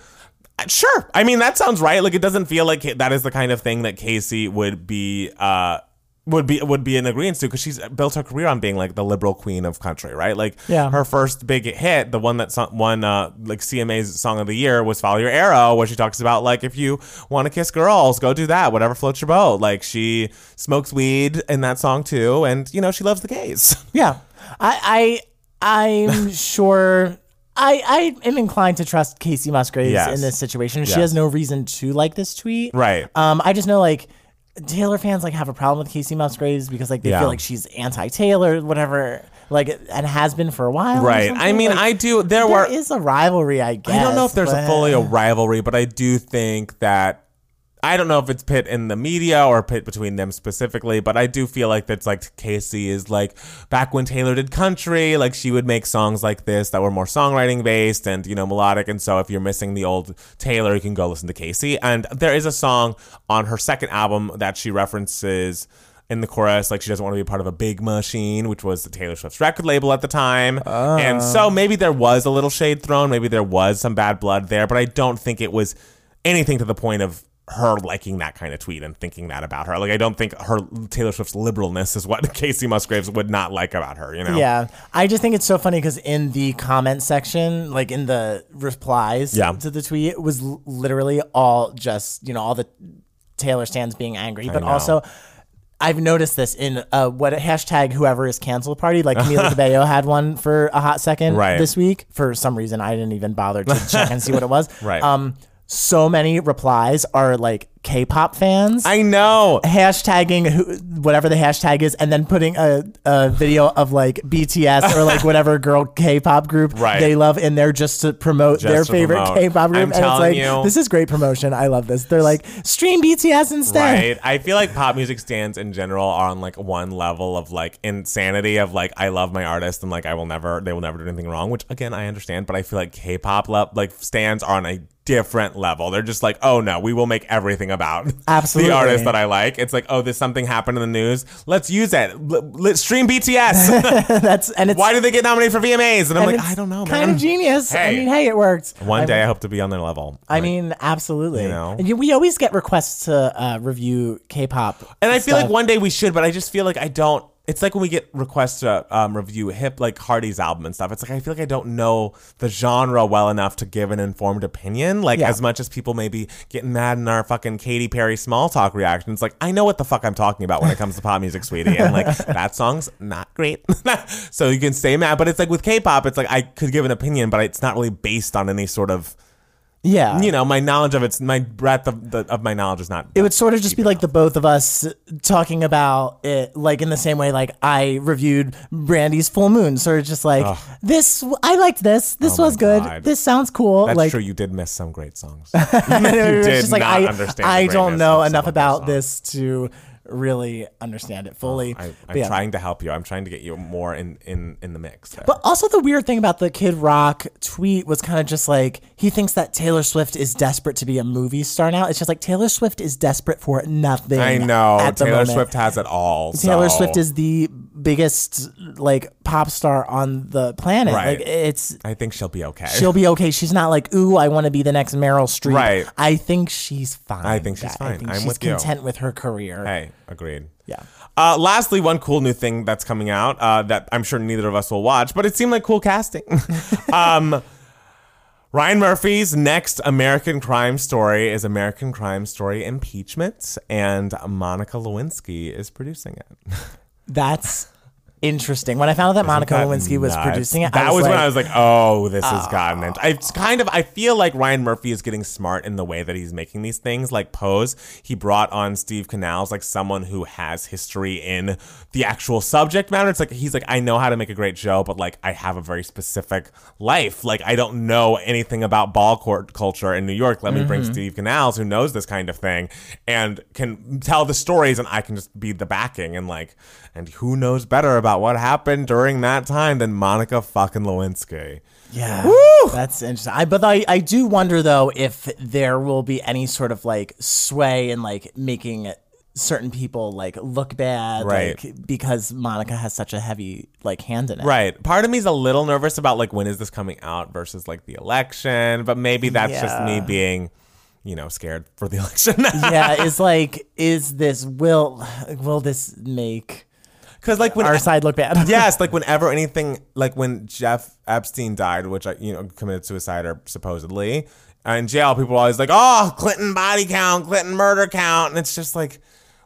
[SPEAKER 2] Sure. I mean, that sounds right. Like it doesn't feel like that is the kind of thing that Casey would be uh would be would be in agreement to because she's built her career on being like the liberal queen of country, right? Like
[SPEAKER 1] Yeah.
[SPEAKER 2] her first big hit, the one that so- won uh, like CMA's song of the year was "Follow Your Arrow," where she talks about like if you want to kiss girls, go do that, whatever floats your boat. Like she smokes weed in that song too, and you know she loves the gays.
[SPEAKER 1] Yeah. I I I'm sure. I, I am inclined to trust Casey Musgraves
[SPEAKER 2] Yes.
[SPEAKER 1] in this situation.
[SPEAKER 2] Yes.
[SPEAKER 1] She has no reason to like this tweet.
[SPEAKER 2] Right.
[SPEAKER 1] Um. I just know like. Taylor fans like have a problem with Casey Musgraves because like they
[SPEAKER 2] Yeah.
[SPEAKER 1] feel like she's anti-Taylor, whatever, like and has been for a while. or
[SPEAKER 2] Right. I
[SPEAKER 1] something.
[SPEAKER 2] mean,
[SPEAKER 1] Like,
[SPEAKER 2] I do. There,
[SPEAKER 1] there
[SPEAKER 2] were
[SPEAKER 1] is a rivalry, I guess.
[SPEAKER 2] I don't know if there's
[SPEAKER 1] but- uh,
[SPEAKER 2] a fully a rivalry, but I do think that I don't know if it's pit in the media or pit between them specifically, but I do feel like that's like Casey is like back when Taylor did country, like she would make songs like this that were more songwriting based and you know melodic. And so if you're missing the old Taylor, you can go listen to Casey. And there is a song on her second album that she references in the chorus, like she doesn't want to be part of a big machine, which was Taylor Swift's record label at the time. and so maybe there was a little shade thrown, maybe there was some bad blood there, but I don't think it was anything to the point of her liking that kind of tweet and thinking that about her. Like I don't think her Taylor Swift's liberalness is what Casey Musgraves would not like about her, you know.
[SPEAKER 1] Yeah, I just think it's so funny because in the comment section, like in the replies
[SPEAKER 2] Yeah.
[SPEAKER 1] to the tweet, it was l- literally all just you know all the Taylor stands being angry, but
[SPEAKER 2] know.
[SPEAKER 1] also. I've noticed this in uh, what hashtag whoever is cancel party. Like Camila Cabello had one for a hot second
[SPEAKER 2] Right.
[SPEAKER 1] this week. For some reason, I didn't even bother to check and see what it was.
[SPEAKER 2] Right.
[SPEAKER 1] Um, so many replies are like K-pop fans
[SPEAKER 2] I know.
[SPEAKER 1] hashtagging who, whatever the hashtag is and then putting a, a video of like BTS or like whatever girl K-pop group
[SPEAKER 2] Right.
[SPEAKER 1] they love in there just to promote
[SPEAKER 2] Just
[SPEAKER 1] their
[SPEAKER 2] to
[SPEAKER 1] favorite
[SPEAKER 2] promote.
[SPEAKER 1] K-pop group
[SPEAKER 2] I'm
[SPEAKER 1] and it's
[SPEAKER 2] telling
[SPEAKER 1] like
[SPEAKER 2] you.
[SPEAKER 1] this is great promotion I love this they're like stream BTS instead
[SPEAKER 2] Right. I feel like pop music stands in general are on like one level of like insanity of like I love my artist and like I will never they will never do anything wrong, which again I understand, but I feel like K-pop lo- like stands are on a different level. They're just like, "Oh no, we will make everything about
[SPEAKER 1] Absolutely.
[SPEAKER 2] the artist that I like." It's like, "Oh, this something happened in the news. Let's use it. L- let's stream BTS.
[SPEAKER 1] that's and it's
[SPEAKER 2] Why did they get nominated for VMAs?" And I'm
[SPEAKER 1] and
[SPEAKER 2] like,
[SPEAKER 1] it's
[SPEAKER 2] "I don't know, man."
[SPEAKER 1] kind of genius I
[SPEAKER 2] Hey.
[SPEAKER 1] mean hey it worked
[SPEAKER 2] One
[SPEAKER 1] I
[SPEAKER 2] day I hope to be on their level.
[SPEAKER 1] I mean, absolutely.
[SPEAKER 2] you know.
[SPEAKER 1] And you- we always get requests to uh, review K-pop,
[SPEAKER 2] And I feel like
[SPEAKER 1] stuff.
[SPEAKER 2] one day we should, but I just feel like I don't. It's like when we get requests to um, review hip, like Hardy's album and stuff. It's like I feel like I don't know the genre well enough to give an informed opinion. Like
[SPEAKER 1] Yeah.
[SPEAKER 2] as much as people may be getting mad in our fucking Katy Perry small talk reactions, like I know what the fuck I'm talking about when it comes to pop music, sweetie. And like that song's not great, so you can stay mad. But it's like with K-pop, it's like I could give an opinion, but it's not really based on any sort of
[SPEAKER 1] yeah,
[SPEAKER 2] you know my knowledge of it's my breadth of, the, of my knowledge is not.
[SPEAKER 1] it would sort of just be like the both of us talking about it like in the same way like i reviewed brandy's full moon so it's just like this i liked this this
[SPEAKER 2] Oh my
[SPEAKER 1] was good
[SPEAKER 2] God.
[SPEAKER 1] this sounds cool
[SPEAKER 2] That's
[SPEAKER 1] like
[SPEAKER 2] true. You did miss some great songs.
[SPEAKER 1] and it was
[SPEAKER 2] did
[SPEAKER 1] just like
[SPEAKER 2] not
[SPEAKER 1] i,
[SPEAKER 2] understand
[SPEAKER 1] I
[SPEAKER 2] the
[SPEAKER 1] don't
[SPEAKER 2] greatness
[SPEAKER 1] know
[SPEAKER 2] of
[SPEAKER 1] enough
[SPEAKER 2] some of
[SPEAKER 1] about
[SPEAKER 2] their
[SPEAKER 1] this to really understand it fully
[SPEAKER 2] I,
[SPEAKER 1] But
[SPEAKER 2] I'm
[SPEAKER 1] yeah.
[SPEAKER 2] trying to help you. I'm trying to get you more in in in the mix. there.
[SPEAKER 1] But also the weird thing about the Kid Rock tweet was kind of just like he thinks that Taylor Swift is desperate to be a movie star now. It's just like Taylor Swift is desperate for nothing.
[SPEAKER 2] I know
[SPEAKER 1] at the
[SPEAKER 2] Taylor
[SPEAKER 1] moment.
[SPEAKER 2] Swift has it all.
[SPEAKER 1] Taylor
[SPEAKER 2] so-
[SPEAKER 1] Swift is the biggest like pop star on the planet.
[SPEAKER 2] Right.
[SPEAKER 1] Like it's
[SPEAKER 2] I think she'll be okay.
[SPEAKER 1] she'll be okay. She's not like, ooh, I want to be the next Meryl Streep.
[SPEAKER 2] Right.
[SPEAKER 1] I think she's fine.
[SPEAKER 2] I think she's fine. I'm
[SPEAKER 1] she's
[SPEAKER 2] with you.
[SPEAKER 1] content with her career.
[SPEAKER 2] Hey, agreed.
[SPEAKER 1] Yeah.
[SPEAKER 2] Uh, lastly, one cool new thing that's coming out uh, that I'm sure neither of us will watch, but it seemed like cool casting. um, Ryan Murphy's next American Crime Story is American Crime Story Impeachment, and Monica Lewinsky is producing it.
[SPEAKER 1] That's interesting. When I found out that Monica
[SPEAKER 2] That
[SPEAKER 1] Lewinsky was
[SPEAKER 2] nuts.
[SPEAKER 1] producing it,
[SPEAKER 2] That
[SPEAKER 1] I was,
[SPEAKER 2] was,
[SPEAKER 1] like, "Ah."
[SPEAKER 2] when I was like, "Oh, this has gotten." It. I kind of I feel like Ryan Murphy is getting smart in the way that he's making these things. Like Pose, he brought on Steve Canals, like someone who has history in the actual subject matter. It's like he's like, "I know how to make a great show, but like I have a very specific life. Like I don't know anything about ball court culture in New York. Let me bring
[SPEAKER 1] Mm-hmm.
[SPEAKER 2] Steve Canals, who knows this kind of thing, and can tell the stories, and I can just be the backing and like." And who knows better about what happened during that time than Monica fucking Lewinsky?
[SPEAKER 1] Yeah, that's interesting. I, but I, I do wonder though if there will be any sort of like sway in like making certain people like look bad,
[SPEAKER 2] Right.
[SPEAKER 1] Like, because Monica has such a heavy like hand in it,
[SPEAKER 2] Right. Part of me is a little nervous about like when is this coming out versus like the election, but maybe that's just
[SPEAKER 1] Yeah.
[SPEAKER 2] me being, you know, scared for the election.
[SPEAKER 1] yeah, it's like, is this will will this make
[SPEAKER 2] Because like when
[SPEAKER 1] our side look bad?
[SPEAKER 2] yes, like whenever anything, like when Jeff Epstein died, which I, you know committed suicide or supposedly uh, in jail, people are always like, "Oh, Clinton body count, Clinton murder count," and it's just like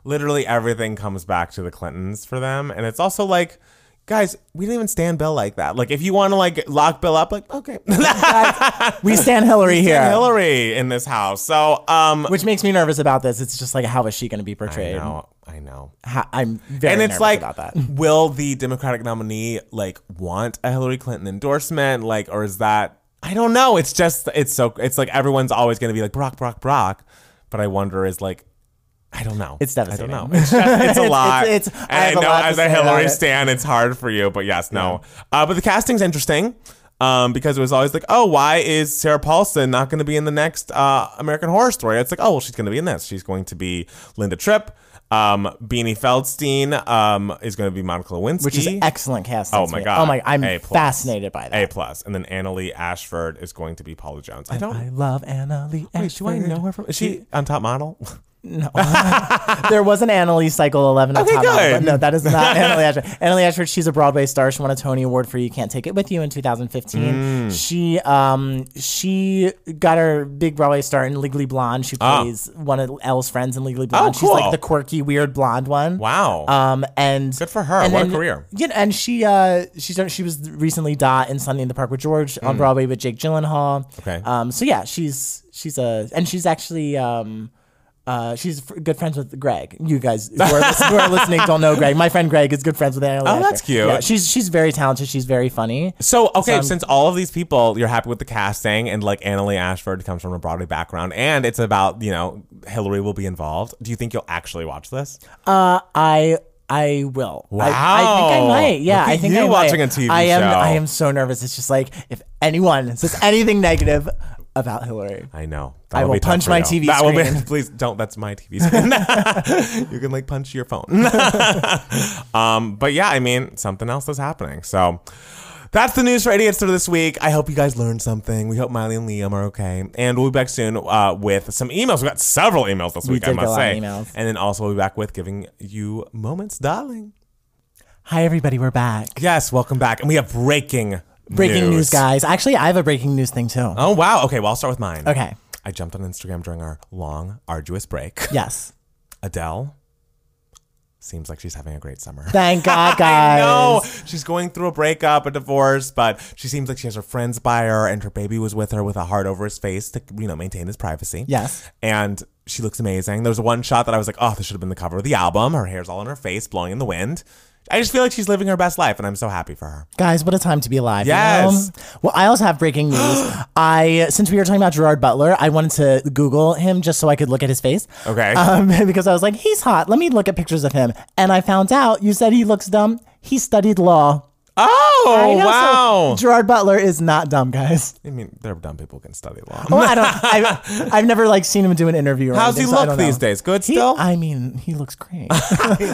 [SPEAKER 2] literally everything comes back to the Clintons for them, and it's also like. Guys, we didn't even stand Bill like that. Like, if you want to like lock Bill up, like okay,
[SPEAKER 1] we stand Hillary here,
[SPEAKER 2] Hillary in this house. So, um,
[SPEAKER 1] which makes me nervous about this. It's just like, how is she going to be
[SPEAKER 2] I
[SPEAKER 1] portrayed?
[SPEAKER 2] know, I know.
[SPEAKER 1] Ha- I'm very
[SPEAKER 2] and it's
[SPEAKER 1] nervous
[SPEAKER 2] like,
[SPEAKER 1] about that.
[SPEAKER 2] will the Democratic nominee like want a Hillary Clinton endorsement? Like, or is that I don't know. It's just it's so it's like everyone's always going to be like Brock, Brock, Brock, but I wonder is like, I don't know.
[SPEAKER 1] It's
[SPEAKER 2] I
[SPEAKER 1] devastating.
[SPEAKER 2] don't know. It's, just- it's a
[SPEAKER 1] It's-
[SPEAKER 2] lot.
[SPEAKER 1] it's- it's- I
[SPEAKER 2] And I,
[SPEAKER 1] have a
[SPEAKER 2] know
[SPEAKER 1] lot to
[SPEAKER 2] as
[SPEAKER 1] say
[SPEAKER 2] a
[SPEAKER 1] about
[SPEAKER 2] Hillary
[SPEAKER 1] it.
[SPEAKER 2] stan, it's hard for you, but yes, no. Uh, but the casting's interesting. Um, because it was always like, oh, why is Sarah Paulson not going to be in the next uh, American Horror Story? It's like, oh, well, she's going to be in this. She's going to be Linda Tripp. Um, Beanie Feldstein um, is going to be Monica Lewinsky,
[SPEAKER 1] which is excellent casting.
[SPEAKER 2] Oh
[SPEAKER 1] to
[SPEAKER 2] my
[SPEAKER 1] me.
[SPEAKER 2] god!
[SPEAKER 1] Oh my! I'm
[SPEAKER 2] A plus.
[SPEAKER 1] fascinated by that.
[SPEAKER 2] A plus, and then Annalie Ashford is going to be Paula Jones. I don't.
[SPEAKER 1] I love Anna Lee.
[SPEAKER 2] wait, do I
[SPEAKER 1] Ashford.
[SPEAKER 2] know her from? Is she on Top Model?
[SPEAKER 1] There was an Anna Lee Cycle 11 at
[SPEAKER 2] Okay,
[SPEAKER 1] Top Model, but
[SPEAKER 2] good.
[SPEAKER 1] no, that is not Anna Lee Ashford. Anna Lee Ashford, she's a Broadway star. She won a Tony Award for You Can't Take It With You in 2015.
[SPEAKER 2] Mm.
[SPEAKER 1] She um she got her big Broadway star in Legally Blonde. She
[SPEAKER 2] Ah. Oh,
[SPEAKER 1] plays one of Elle's friends in Legally Blonde. She's
[SPEAKER 2] cool.
[SPEAKER 1] like the quirky, weird blonde one.
[SPEAKER 2] wow.
[SPEAKER 1] Um, and
[SPEAKER 2] Good for her.
[SPEAKER 1] and
[SPEAKER 2] What a career.
[SPEAKER 1] Yeah, and she uh she started, she was recently Dot in Sunday in the Park with George on Broadway with Jake Gyllenhaal.
[SPEAKER 2] Hmm. Okay.
[SPEAKER 1] Um, so yeah, she's she's a and she's actually um. Uh, she's f- good friends with Greg. You guys who are, lis- who are listening don't know Greg. My friend Greg is good friends with Anna.
[SPEAKER 2] Oh, that's cute.
[SPEAKER 1] Yeah, she's she's very talented. She's very funny.
[SPEAKER 2] so okay,
[SPEAKER 1] um,
[SPEAKER 2] since all of these people, you're happy with the casting, and like Annalie Ashford comes from a Broadway background, and it's about you know Hillary will be involved. Do you think you'll actually watch this?
[SPEAKER 1] Uh, I I will. I, I think I
[SPEAKER 2] Wow.
[SPEAKER 1] might. Yeah,
[SPEAKER 2] Look
[SPEAKER 1] I
[SPEAKER 2] at
[SPEAKER 1] think
[SPEAKER 2] you
[SPEAKER 1] I might.
[SPEAKER 2] watching a TV
[SPEAKER 1] I am.
[SPEAKER 2] show.
[SPEAKER 1] I am so nervous. It's just like if anyone says anything negative about Hillary,
[SPEAKER 2] I know.
[SPEAKER 1] I
[SPEAKER 2] That'll
[SPEAKER 1] will
[SPEAKER 2] be tough
[SPEAKER 1] punch
[SPEAKER 2] for
[SPEAKER 1] my
[SPEAKER 2] you.
[SPEAKER 1] TV
[SPEAKER 2] That will be-
[SPEAKER 1] screen.
[SPEAKER 2] please don't. That's my TV screen. you can like punch your phone. um, but yeah, I mean, something else is happening. So that's the news for Idiots for this week. I hope you guys learned something. We hope Miley and Liam are okay. And we'll be back soon uh, with some emails. We got several emails this
[SPEAKER 1] We
[SPEAKER 2] week, I
[SPEAKER 1] did get
[SPEAKER 2] must
[SPEAKER 1] a lot of
[SPEAKER 2] say.
[SPEAKER 1] emails.
[SPEAKER 2] And then also we'll be back with giving you moments, darling.
[SPEAKER 1] hi everybody, we're back.
[SPEAKER 2] Yes, welcome back. And we have breaking
[SPEAKER 1] Breaking news. guys. Actually, I have a breaking news thing too.
[SPEAKER 2] Oh, wow. Okay, well, I'll start with mine.
[SPEAKER 1] Okay.
[SPEAKER 2] I jumped on Instagram during our long, arduous break.
[SPEAKER 1] Yes.
[SPEAKER 2] Adele seems like she's having a great summer.
[SPEAKER 1] Thank God,
[SPEAKER 2] I
[SPEAKER 1] guys.
[SPEAKER 2] know she's going through a breakup, a divorce, but she seems like she has her friends by her, and her baby was with her with a heart over his face to you know maintain his privacy.
[SPEAKER 1] Yes.
[SPEAKER 2] and she looks amazing. There was one shot that I was like, oh, this should have been the cover of the album. Her hair's all in her face, blowing in the wind. I just feel like she's living her best life, and I'm so happy for her.
[SPEAKER 1] Guys, what a time to be alive. you
[SPEAKER 2] Yes.
[SPEAKER 1] know? Well, I also have breaking news. I since we were talking about Gerard Butler, I wanted to Google him just so I could look at his face.
[SPEAKER 2] Okay.
[SPEAKER 1] Um, because I was like, he's hot. Let me look at pictures of him. And I found out you said he looks dumb. He studied law. I
[SPEAKER 2] Oh
[SPEAKER 1] know, so
[SPEAKER 2] wow!
[SPEAKER 1] Gerard Butler is not dumb, guys.
[SPEAKER 2] I mean, there are dumb people who can study law.
[SPEAKER 1] Well, I don't. I've, I've never like seen him do an interview. Or
[SPEAKER 2] How's he
[SPEAKER 1] anything, so Oh, I
[SPEAKER 2] look
[SPEAKER 1] don't
[SPEAKER 2] these
[SPEAKER 1] know.
[SPEAKER 2] days? Good
[SPEAKER 1] He-
[SPEAKER 2] still?
[SPEAKER 1] I mean, he looks great.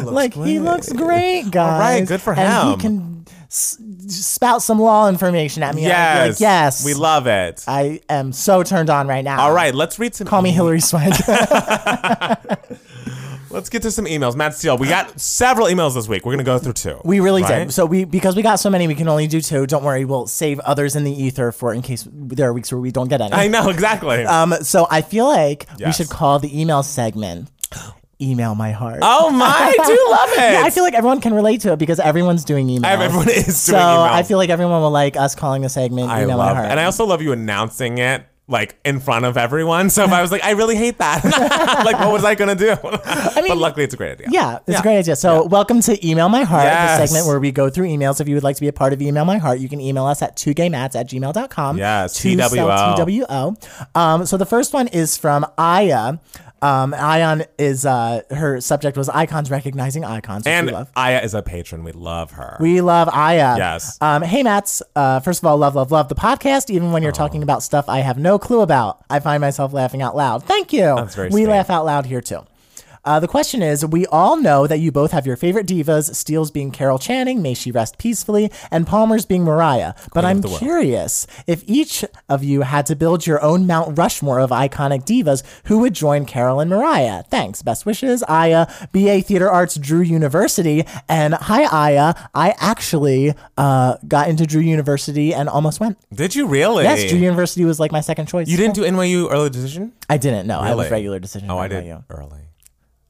[SPEAKER 1] like he looks great, guys.
[SPEAKER 2] All right, good for
[SPEAKER 1] And
[SPEAKER 2] him.
[SPEAKER 1] He can s- spout some law information at me. and I'd be
[SPEAKER 2] yes,
[SPEAKER 1] like, yes.
[SPEAKER 2] we love it.
[SPEAKER 1] I am so turned on right now.
[SPEAKER 2] All right, let's read some.
[SPEAKER 1] call me Hillary Swank.
[SPEAKER 2] e-, Let's get to some emails. Matt Steele, we got several emails this week. We're going to go through two.
[SPEAKER 1] we really
[SPEAKER 2] right?
[SPEAKER 1] did. So we because we got so many, we can only do two. Don't worry, we'll save others in the ether for in case there are weeks where we don't get any.
[SPEAKER 2] I know, exactly.
[SPEAKER 1] Um, so I feel like we
[SPEAKER 2] Yes.
[SPEAKER 1] should call the email segment "Email My Heart."
[SPEAKER 2] oh my, I do love it.
[SPEAKER 1] Yeah, I feel like everyone can relate to it because everyone's doing emails.
[SPEAKER 2] Everyone is
[SPEAKER 1] so
[SPEAKER 2] doing emails.
[SPEAKER 1] I feel like everyone will like us calling the segment
[SPEAKER 2] I
[SPEAKER 1] "Email My
[SPEAKER 2] love
[SPEAKER 1] Heart."
[SPEAKER 2] And I also love you announcing it like in front of everyone. So if I was like, I really hate that, like, what was I going to do? but
[SPEAKER 1] mean-
[SPEAKER 2] luckily, it's a great idea.
[SPEAKER 1] yeah, it's a great idea. So, welcome to Email My Heart, the
[SPEAKER 2] Yes.
[SPEAKER 1] segment where we go through emails. If you would like to be a part of Email My Heart, you can email us at 2gaymats at gmail.com.
[SPEAKER 2] Yes,
[SPEAKER 1] Two spelled
[SPEAKER 2] TWO.
[SPEAKER 1] TWO. Um, so, the first one is from Aya. Um, Ion is, uh, her subject was icons recognizing icons, which
[SPEAKER 2] And
[SPEAKER 1] we love.
[SPEAKER 2] Aya is a patron. We love her.
[SPEAKER 1] We love Aya.
[SPEAKER 2] Yes.
[SPEAKER 1] Um, hey, Matts. Uh, first of all, love, love, love the podcast, even
[SPEAKER 2] Oh.
[SPEAKER 1] when you're talking about stuff I have no clue about. I find myself laughing out loud. Thank you.
[SPEAKER 2] That's very
[SPEAKER 1] We
[SPEAKER 2] sweet.
[SPEAKER 1] laugh out loud here, too. Uh, the question is We all know that you both have your favorite divas, Steele's being Carol Channing, may she rest peacefully, and Palmer's being Mariah. But I'm
[SPEAKER 2] the world.
[SPEAKER 1] curious if each of you had to build your own Mount Rushmore of iconic divas, who would join Carol and Mariah? Thanks. Best wishes, Aya, BA Theater Arts, Drew University. And hi, Aya. I actually uh, got into Drew University and almost went.
[SPEAKER 2] Did you really?
[SPEAKER 1] Yes, Drew University was like my second choice.
[SPEAKER 2] you didn't do NYU early decision?
[SPEAKER 1] I didn't. No, I was
[SPEAKER 2] Really?
[SPEAKER 1] regular decision.
[SPEAKER 2] Oh,
[SPEAKER 1] What
[SPEAKER 2] I
[SPEAKER 1] about
[SPEAKER 2] did
[SPEAKER 1] you?
[SPEAKER 2] early.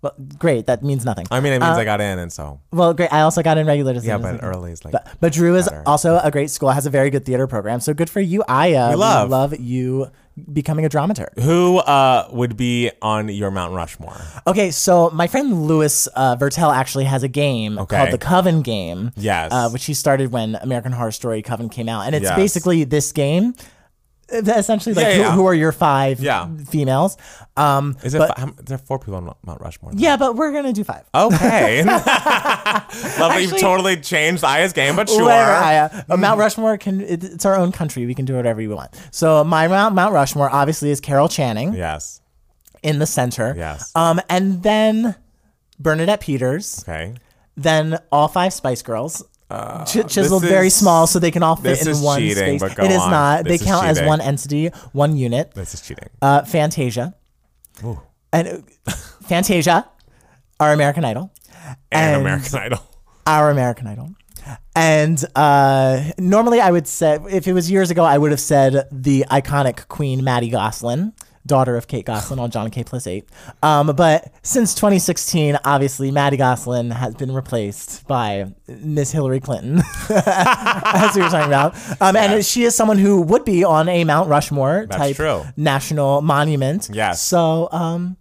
[SPEAKER 1] Well, great. That means nothing.
[SPEAKER 2] I mean, it means I got in, and so.
[SPEAKER 1] Well, great. I also got in regular decision.
[SPEAKER 2] Yeah, but early is like.
[SPEAKER 1] But, but Drew is also a great school, has a very good theater program. So good for you, Aya. We
[SPEAKER 2] love.
[SPEAKER 1] love you becoming a dramaturg.
[SPEAKER 2] Who uh, would be on your Mount Rushmore?
[SPEAKER 1] Okay, so my friend Louis uh, Vertel actually has a game
[SPEAKER 2] Okay.
[SPEAKER 1] called the Coven Game.
[SPEAKER 2] Yes.
[SPEAKER 1] Uh, which he started when American Horror Story Coven came out. And it's
[SPEAKER 2] Yes.
[SPEAKER 1] basically this game. uh, essentially like
[SPEAKER 2] Yeah,
[SPEAKER 1] who,
[SPEAKER 2] yeah.
[SPEAKER 1] who are your five
[SPEAKER 2] Yeah.
[SPEAKER 1] females. Um,
[SPEAKER 2] Is it?
[SPEAKER 1] but-
[SPEAKER 2] fi- how m- there are four people on Mount Rushmore.
[SPEAKER 1] yeah, but we're gonna do five.
[SPEAKER 2] Okay. Love that you've
[SPEAKER 1] Actually-
[SPEAKER 2] totally changed Aya's game, but sure.
[SPEAKER 1] Whatever, Aya. Uh, Mount Rushmore can it, it's our own country. We can do whatever we want. So my Mount Mount Rushmore obviously is Carol Channing
[SPEAKER 2] Yes.
[SPEAKER 1] in the center.
[SPEAKER 2] Yes.
[SPEAKER 1] Um, and then Bernadette Peters,
[SPEAKER 2] Okay.
[SPEAKER 1] then all five Spice Girls. Ch- chiseled
[SPEAKER 2] Uh, this
[SPEAKER 1] very
[SPEAKER 2] is-
[SPEAKER 1] small so they can all fit
[SPEAKER 2] this
[SPEAKER 1] in
[SPEAKER 2] is
[SPEAKER 1] one
[SPEAKER 2] cheating,
[SPEAKER 1] space.
[SPEAKER 2] but go
[SPEAKER 1] it is
[SPEAKER 2] on.
[SPEAKER 1] not.
[SPEAKER 2] This
[SPEAKER 1] they
[SPEAKER 2] is
[SPEAKER 1] count as
[SPEAKER 2] cheating.
[SPEAKER 1] one entity, one unit.
[SPEAKER 2] This is cheating.
[SPEAKER 1] Uh, Fantasia. And uh, Fantasia, our American Idol.
[SPEAKER 2] and,
[SPEAKER 1] and-
[SPEAKER 2] American Idol.
[SPEAKER 1] our American Idol. And uh, normally I would say, if it was years ago, I would have said the iconic queen, Maddie Goslin, daughter of Kate Goslin on John K plus eight. Um, but since 2016, obviously, Maddie Goslin has been replaced by Miss Hillary Clinton, as we were talking about. Um, And she is someone who would be on a Mount Rushmore type
[SPEAKER 2] true.
[SPEAKER 1] national monument.
[SPEAKER 2] Yes.
[SPEAKER 1] So um,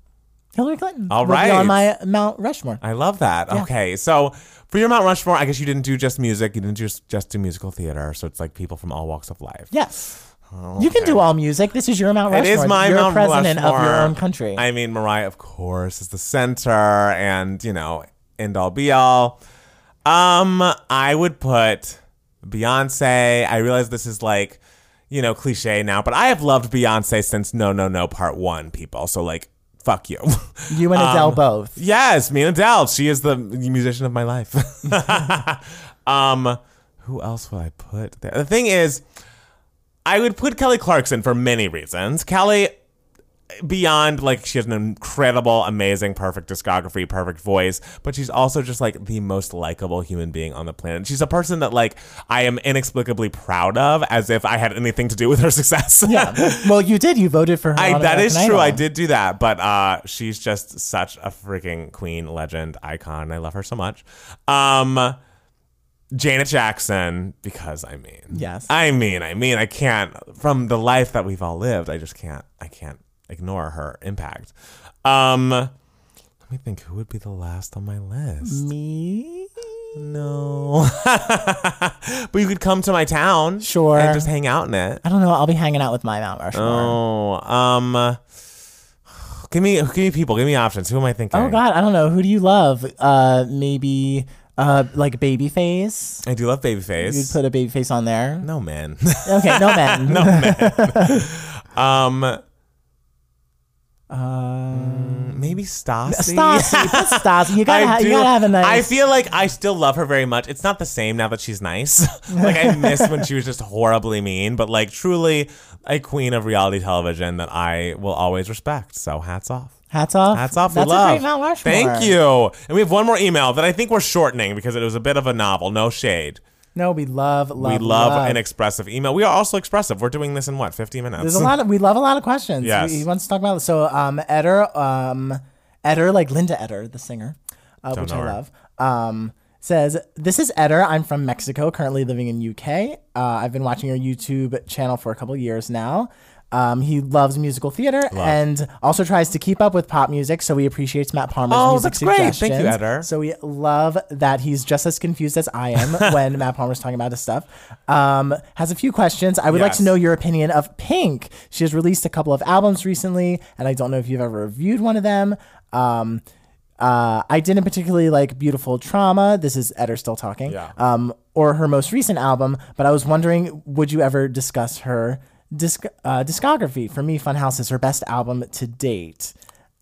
[SPEAKER 1] Hillary Clinton
[SPEAKER 2] All
[SPEAKER 1] would be
[SPEAKER 2] right.
[SPEAKER 1] on my Mount Rushmore.
[SPEAKER 2] I love that. Okay, so for your Mount Rushmore, I guess you didn't do just music. You didn't just just do musical theater. So it's like people from all walks of life.
[SPEAKER 1] Yes. You can do all music. This is your Mount
[SPEAKER 2] Oh, It
[SPEAKER 1] Rushmore.
[SPEAKER 2] is my
[SPEAKER 1] You're
[SPEAKER 2] Mount
[SPEAKER 1] president of your
[SPEAKER 2] Rushmore.
[SPEAKER 1] own country.
[SPEAKER 2] I mean, Mariah, of course, is the center, and you know, end all be all. Um, I would put Beyonce. I realize this is like, you know, cliche now, but I have loved Beyonce since No No No Part One. People, so like, fuck you.
[SPEAKER 1] you and
[SPEAKER 2] um,
[SPEAKER 1] Adele both.
[SPEAKER 2] Yes, me and Adele. She is the musician of my life. um, who else would I put there? The thing is, I would put Kelly Clarkson for many reasons. Kelly, beyond like she has an incredible, amazing, perfect discography, perfect voice, but she's also just like the most likable human being on the planet. She's a person that like I am inexplicably proud of, as if I had anything to do with her success.
[SPEAKER 1] Yeah. Well, you did. You voted for her.
[SPEAKER 2] I,
[SPEAKER 1] on
[SPEAKER 2] that is
[SPEAKER 1] American
[SPEAKER 2] true. I
[SPEAKER 1] Idol.
[SPEAKER 2] did do that, but uh, she's just such a freaking queen, legend, icon. I love her so much. Um, Janet Jackson, because I mean,
[SPEAKER 1] Yes.
[SPEAKER 2] I mean, I mean, I can't. From the life that we've all lived, I just can't. I can't ignore her impact. Um, let me think. Who would be the last on my list?
[SPEAKER 1] Me?
[SPEAKER 2] No, but you could come to my town,
[SPEAKER 1] Sure.
[SPEAKER 2] and just hang out in it.
[SPEAKER 1] I don't know. I'll be hanging out with my Mount Rushmore.
[SPEAKER 2] Oh, um, give me give me people, give me options. Who am I thinking?
[SPEAKER 1] oh God, I don't know. Who do you love? Uh, maybe uh, like Babyface.
[SPEAKER 2] I do love
[SPEAKER 1] You'd
[SPEAKER 2] Babyface.
[SPEAKER 1] put a Babyface on there.
[SPEAKER 2] no man.
[SPEAKER 1] Okay, no man. no man.
[SPEAKER 2] um, maybe Stassi.
[SPEAKER 1] Stassi. put Stassi. You gotta,
[SPEAKER 2] I
[SPEAKER 1] ha- you
[SPEAKER 2] do-
[SPEAKER 1] gotta have a nice.
[SPEAKER 2] I feel like I still love her very much. It's not the same now that she's nice. like I miss when she was just horribly mean, but like truly a queen of reality television that I will always respect. So hats off.
[SPEAKER 1] Hats off.
[SPEAKER 2] Hats off.
[SPEAKER 1] That's
[SPEAKER 2] we love.
[SPEAKER 1] a great Mount Rushmore.
[SPEAKER 2] Thank you. And we have one more email that I think we're shortening because it was a bit of a novel. No shade.
[SPEAKER 1] No, we love, love,
[SPEAKER 2] we love,
[SPEAKER 1] love.
[SPEAKER 2] an expressive email. We are also expressive. We're doing this in what, 50 minutes?
[SPEAKER 1] There's a lot of we love a lot of questions.
[SPEAKER 2] Yes.
[SPEAKER 1] We, he wants to talk about so um Eder um Eder like Linda Eder the singer, uh, which
[SPEAKER 2] know
[SPEAKER 1] I
[SPEAKER 2] her.
[SPEAKER 1] love. Um says this is Eder. I'm from Mexico, currently living in UK. Uh, I've been watching your YouTube channel for a couple years now. Um, he loves musical theater and also tries to keep up with pop music, so he appreciates Matt Palmer's
[SPEAKER 2] Oh,
[SPEAKER 1] music
[SPEAKER 2] that's great. Thank you,
[SPEAKER 1] suggestions.
[SPEAKER 2] Eder.
[SPEAKER 1] So we love that he's just as confused as I am when Matt Palmer's talking about his stuff. Um, has a few questions. I would like to
[SPEAKER 2] Yes.
[SPEAKER 1] know your opinion of Pink. She has released a couple of albums recently, and I don't know if you've ever reviewed one of them. Um, uh, I didn't particularly like Beautiful Trauma. This is Eder still talking.
[SPEAKER 2] Yeah.
[SPEAKER 1] Um, or her most recent album, but I was wondering, would you ever discuss her disc- uh, discography? For me, Funhouse is her best album to date.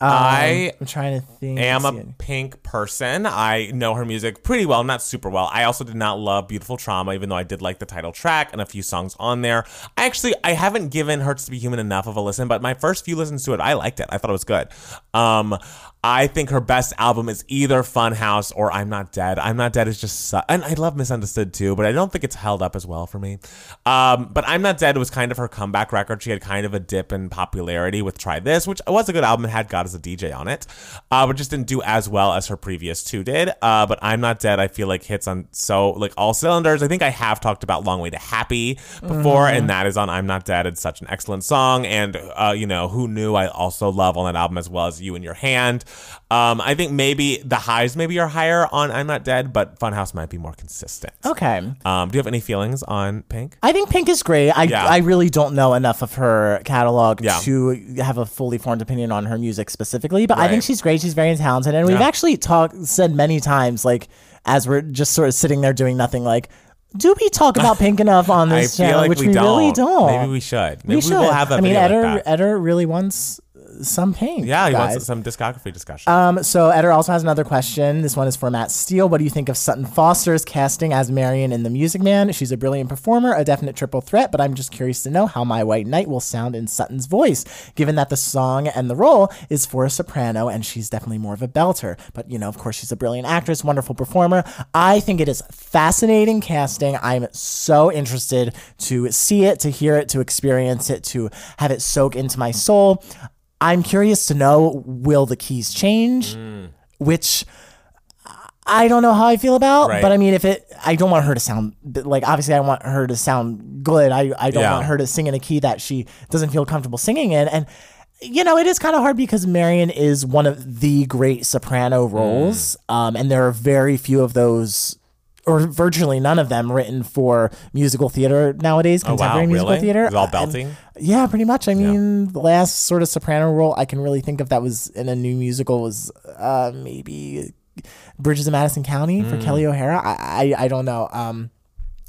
[SPEAKER 1] Um,
[SPEAKER 2] I
[SPEAKER 1] I'm trying to think.
[SPEAKER 2] am
[SPEAKER 1] Let's
[SPEAKER 2] a
[SPEAKER 1] see.
[SPEAKER 2] pink person. I know her music pretty well, not super well. I also did not love Beautiful Trauma, even though I did like the title track and a few songs on there. I actually I haven't given Hurts to Be Human enough of a listen, but my first few listens to it, I liked it. I thought it was good. Um, I think her best album is either Funhouse or I'm Not Dead. I'm Not Dead is just su- and I love Misunderstood too, but I don't think it's held up as well for me. Um, but I'm Not Dead was kind of her comeback record. She had kind of a dip in popularity with Try This, which was a good album and had God as a DJ on it, uh, but just didn't do as well as her previous two did. Uh, but I'm Not Dead, I feel like hits on so like all cylinders. I think I have talked about Long Way to Happy before,
[SPEAKER 1] Mm-hmm.
[SPEAKER 2] and that is on I'm Not Dead. It's such an excellent song, and uh, you know who knew I also love on that album as well as You in Your Hand. Um, I think maybe the highs maybe are higher on I'm Not Dead, but Funhouse might be more consistent.
[SPEAKER 1] Okay.
[SPEAKER 2] Um, do you have any feelings on Pink?
[SPEAKER 1] I think Pink is great. I,
[SPEAKER 2] Yeah.
[SPEAKER 1] I really don't know enough of her catalog
[SPEAKER 2] Yeah.
[SPEAKER 1] to have a fully formed opinion on her music specifically, but I think
[SPEAKER 2] Right.
[SPEAKER 1] she's great. She's very talented, and we've
[SPEAKER 2] Yeah.
[SPEAKER 1] actually talked said many times, like as we're just sort of sitting there doing nothing, like do we talk about Pink enough on
[SPEAKER 2] I
[SPEAKER 1] this
[SPEAKER 2] feel
[SPEAKER 1] channel?
[SPEAKER 2] like
[SPEAKER 1] which
[SPEAKER 2] we,
[SPEAKER 1] we, really don't.
[SPEAKER 2] Maybe we should. Maybe we,
[SPEAKER 1] should.
[SPEAKER 2] will have a
[SPEAKER 1] I mean,
[SPEAKER 2] video like
[SPEAKER 1] Eder
[SPEAKER 2] that.
[SPEAKER 1] Eder really wants some Pink.
[SPEAKER 2] yeah, he
[SPEAKER 1] guys.
[SPEAKER 2] wants some discography discussion.
[SPEAKER 1] Um, so Eder also has another question. This one is for Matt Steele. What do you think of Sutton Foster's casting as Marion in The Music Man? She's a brilliant performer, a definite triple threat, but I'm just curious to know how My White Knight will sound in Sutton's voice, given that the song and the role is for a soprano and she's definitely more of a belter. But, you know, of course, she's a brilliant actress, wonderful performer. I think it is fascinating casting. I'm so interested to see it, to hear it, to experience it, to have it soak into my soul. I'm curious to know will the keys change,
[SPEAKER 2] Mm.
[SPEAKER 1] which I don't know how I feel about.
[SPEAKER 2] Right.
[SPEAKER 1] But I mean, if it, I don't want her to sound like obviously I want her to sound good. I I don't
[SPEAKER 2] Yeah.
[SPEAKER 1] want her to sing in a key that she doesn't feel comfortable singing in and. You know, it is kind of hard because Marion is one of the great soprano
[SPEAKER 2] Mm.
[SPEAKER 1] roles, um, and there are very few of those, or virtually none of them, written for musical theater nowadays.
[SPEAKER 2] oh wow,
[SPEAKER 1] Contemporary musical
[SPEAKER 2] really?
[SPEAKER 1] theater,
[SPEAKER 2] It's all
[SPEAKER 1] And-
[SPEAKER 2] belting.
[SPEAKER 1] yeah, pretty much. I mean, the last sort of soprano role I can really think of that was in a new musical was uh, maybe Bridges of Madison County
[SPEAKER 2] Mm.
[SPEAKER 1] for Kelly O'Hara. I, I I don't know. Um,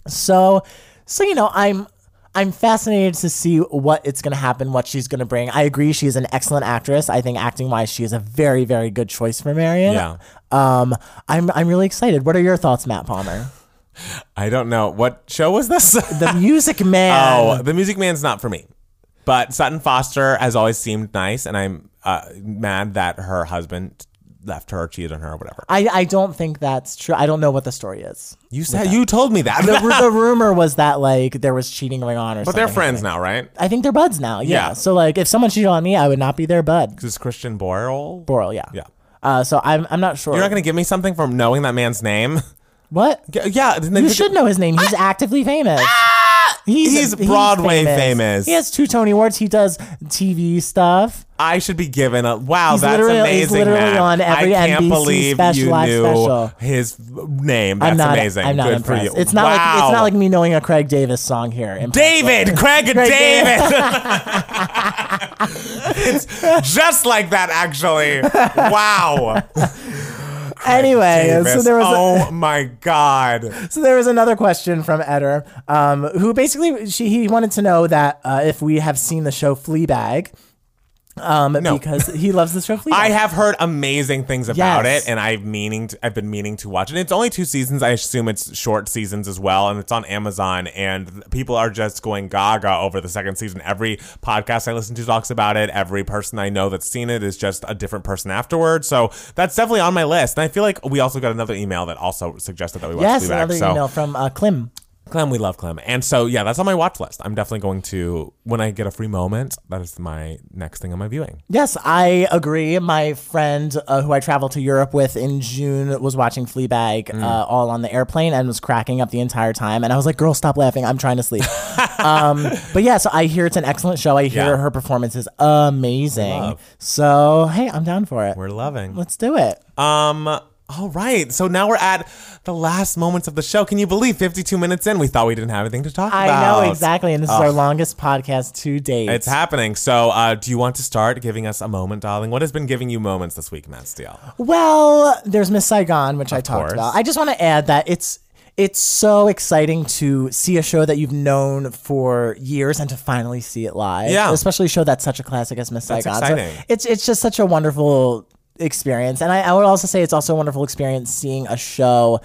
[SPEAKER 1] so so you know, I'm I'm fascinated to see what it's going to happen, what she's going to bring. I agree, she is an excellent actress. I think acting wise, she is a very very good choice for Marion.
[SPEAKER 2] Yeah.
[SPEAKER 1] Um, I'm I'm really excited. What are your thoughts, Matt Palmer?
[SPEAKER 2] I don't know what show was this.
[SPEAKER 1] The Music Man.
[SPEAKER 2] oh, The Music Man's not for me. But Sutton Foster has always seemed nice, and I'm uh, mad that her husband left her, cheated on her, or whatever.
[SPEAKER 1] I, I don't think that's true. I don't know what the story is.
[SPEAKER 2] You said you told me that.
[SPEAKER 1] the, ru- the rumor was that like there was cheating going on or
[SPEAKER 2] but
[SPEAKER 1] something.
[SPEAKER 2] they're friends now, right?
[SPEAKER 1] I think they're buds now. Yeah.
[SPEAKER 2] Yeah.
[SPEAKER 1] So like if someone cheated on me, I would not be their bud.
[SPEAKER 2] This is Christian Borle.
[SPEAKER 1] Boral, yeah.
[SPEAKER 2] Yeah.
[SPEAKER 1] Uh, so I'm I'm not sure.
[SPEAKER 2] You're not going to give me something from knowing that man's name?
[SPEAKER 1] what?
[SPEAKER 2] Yeah, Yeah.
[SPEAKER 1] You should know his name. He's actively famous.
[SPEAKER 2] Ah! He's Broadway famous.
[SPEAKER 1] He has two Tony Awards. He does TV stuff.
[SPEAKER 2] I should be given a wow.
[SPEAKER 1] He's
[SPEAKER 2] that's
[SPEAKER 1] literally-
[SPEAKER 2] amazing.
[SPEAKER 1] he's literally
[SPEAKER 2] Matt.
[SPEAKER 1] on every
[SPEAKER 2] I can't
[SPEAKER 1] NBC
[SPEAKER 2] believe
[SPEAKER 1] special,
[SPEAKER 2] you
[SPEAKER 1] live
[SPEAKER 2] knew
[SPEAKER 1] special.
[SPEAKER 2] his name. That's
[SPEAKER 1] I'm not.
[SPEAKER 2] amazing.
[SPEAKER 1] I'm not
[SPEAKER 2] Good
[SPEAKER 1] impressed.
[SPEAKER 2] for you.
[SPEAKER 1] It's not like it's not like me knowing a Craig Davis song here. Impressed.
[SPEAKER 2] David, Craig, David. it's just like that, actually. Wow.
[SPEAKER 1] Anyway, so
[SPEAKER 2] Davis.
[SPEAKER 1] there was a-
[SPEAKER 2] oh my God.
[SPEAKER 1] So there was another question from Eder, um, who basically she he wanted to know that uh, if we have seen the show Fleabag, um,
[SPEAKER 2] No.
[SPEAKER 1] because he loves the show Fleabag.
[SPEAKER 2] I have heard amazing things about
[SPEAKER 1] Yes.
[SPEAKER 2] it, and I've meaning to, I've been meaning to watch it. It's only two seasons. I assume it's short seasons as well, and it's on Amazon. And people are just going gaga over the second season. Every podcast I listen to talks about it. Every person I know that's seen it is just a different person afterwards. So that's definitely on my list. And I feel like we also got another email that also suggested that we watch
[SPEAKER 1] yes,
[SPEAKER 2] Fleabag.
[SPEAKER 1] another
[SPEAKER 2] so
[SPEAKER 1] email from uh, Klim.
[SPEAKER 2] Clem, we love Clem, and so yeah, that's on my watch list. I'm definitely going to when I get a free moment. That is my next thing on my viewing.
[SPEAKER 1] Yes, I agree. My friend uh, who I traveled to Europe with in June was watching Fleabag
[SPEAKER 2] Mm.
[SPEAKER 1] uh, all on the airplane and was cracking up the entire time. And I was like, girl, stop laughing. I'm trying to sleep. um, but yeah, so I hear it's an excellent show. I hear
[SPEAKER 2] Yeah.
[SPEAKER 1] her performance is amazing. So, hey, I'm down for it.
[SPEAKER 2] We're loving.
[SPEAKER 1] Let's do it.
[SPEAKER 2] Um. All right. So now we're at the last moments of the show. Can you believe 52 minutes in? We thought we didn't have anything to talk
[SPEAKER 1] I
[SPEAKER 2] about.
[SPEAKER 1] know exactly, and this is our longest podcast to date.
[SPEAKER 2] It's happening. So, uh, do you want to start giving us a moment, darling? What has been giving you moments this week, Matt Steele?
[SPEAKER 1] well, there's Miss Saigon, which I talked
[SPEAKER 2] course.
[SPEAKER 1] about. I just want to add that it's it's so exciting to see a show that you've known for years and to finally see it live.
[SPEAKER 2] Yeah.
[SPEAKER 1] especially a show that's such a classic as Miss Saigon. So
[SPEAKER 2] exciting.
[SPEAKER 1] it's it's just such a wonderful experience, and I, I would also say it's also a wonderful experience seeing a show.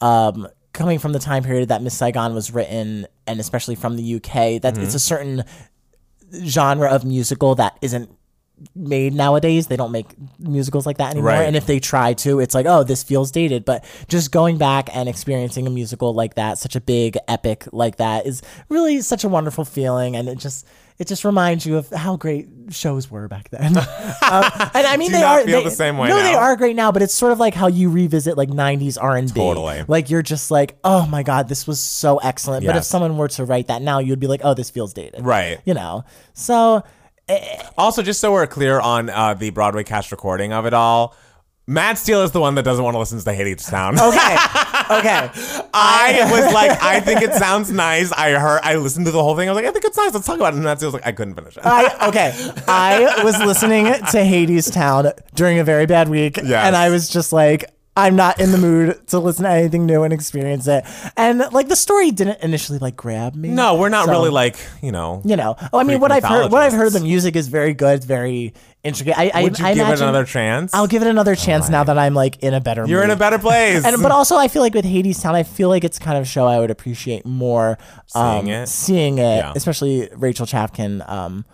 [SPEAKER 1] Um, coming from the time period that Miss Saigon was written, and especially from the UK, that
[SPEAKER 2] Mm-hmm.
[SPEAKER 1] it's a certain genre of musical that isn't made nowadays. They don't make musicals like that anymore.
[SPEAKER 2] Right.
[SPEAKER 1] And if they try to, it's like, oh, this feels dated. But just going back and experiencing a musical like that, such a big epic like that, is really such a wonderful feeling. And it just it just reminds you of how great shows were back then. um, and I mean,
[SPEAKER 2] Do
[SPEAKER 1] they
[SPEAKER 2] you not
[SPEAKER 1] are
[SPEAKER 2] feel
[SPEAKER 1] they-
[SPEAKER 2] the same way
[SPEAKER 1] No, they
[SPEAKER 2] now?
[SPEAKER 1] are great now. But it's sort of like how you revisit like '90s R and B.
[SPEAKER 2] Totally.
[SPEAKER 1] Like you're just like, oh my god, this was so excellent. But if
[SPEAKER 2] Yes.
[SPEAKER 1] someone were to write that now, you'd be like, oh, this feels dated
[SPEAKER 2] Right.
[SPEAKER 1] you know. So
[SPEAKER 2] Also, just so we're clear on uh, the Broadway cast recording of it all, Matt Steele is the one that doesn't want to listen to the Hades sound.
[SPEAKER 1] Okay. Okay.
[SPEAKER 2] I was like, I think it sounds nice. I heard, I listened to the whole thing. I was like, I think it's nice. Let's talk about it. And Matt Steele's like, I couldn't finish it.
[SPEAKER 1] I, okay. I was listening to Hades Town during a very bad week,
[SPEAKER 2] Yes.
[SPEAKER 1] and I was just like, I'm not in the mood to listen to anything new and experience it. And like the story didn't initially like grab me.
[SPEAKER 2] no, we're not
[SPEAKER 1] So,
[SPEAKER 2] really like, you know.
[SPEAKER 1] you know. Oh, I mean, what I've heard, what I've heard, the
[SPEAKER 2] mythologists.
[SPEAKER 1] music is very good, very intricate. I, I,
[SPEAKER 2] Would you
[SPEAKER 1] I
[SPEAKER 2] give it
[SPEAKER 1] imagine-
[SPEAKER 2] another chance? Oh
[SPEAKER 1] I'll give it another chance now that I'm like in a better.
[SPEAKER 2] You're in a
[SPEAKER 1] mood.
[SPEAKER 2] better place.
[SPEAKER 1] And but also, I feel like with Hades Town, I feel like it's kind of a show I would appreciate more. um,
[SPEAKER 2] Seeing it?
[SPEAKER 1] seeing it,
[SPEAKER 2] Yeah.
[SPEAKER 1] especially Rachel Chapkin, um,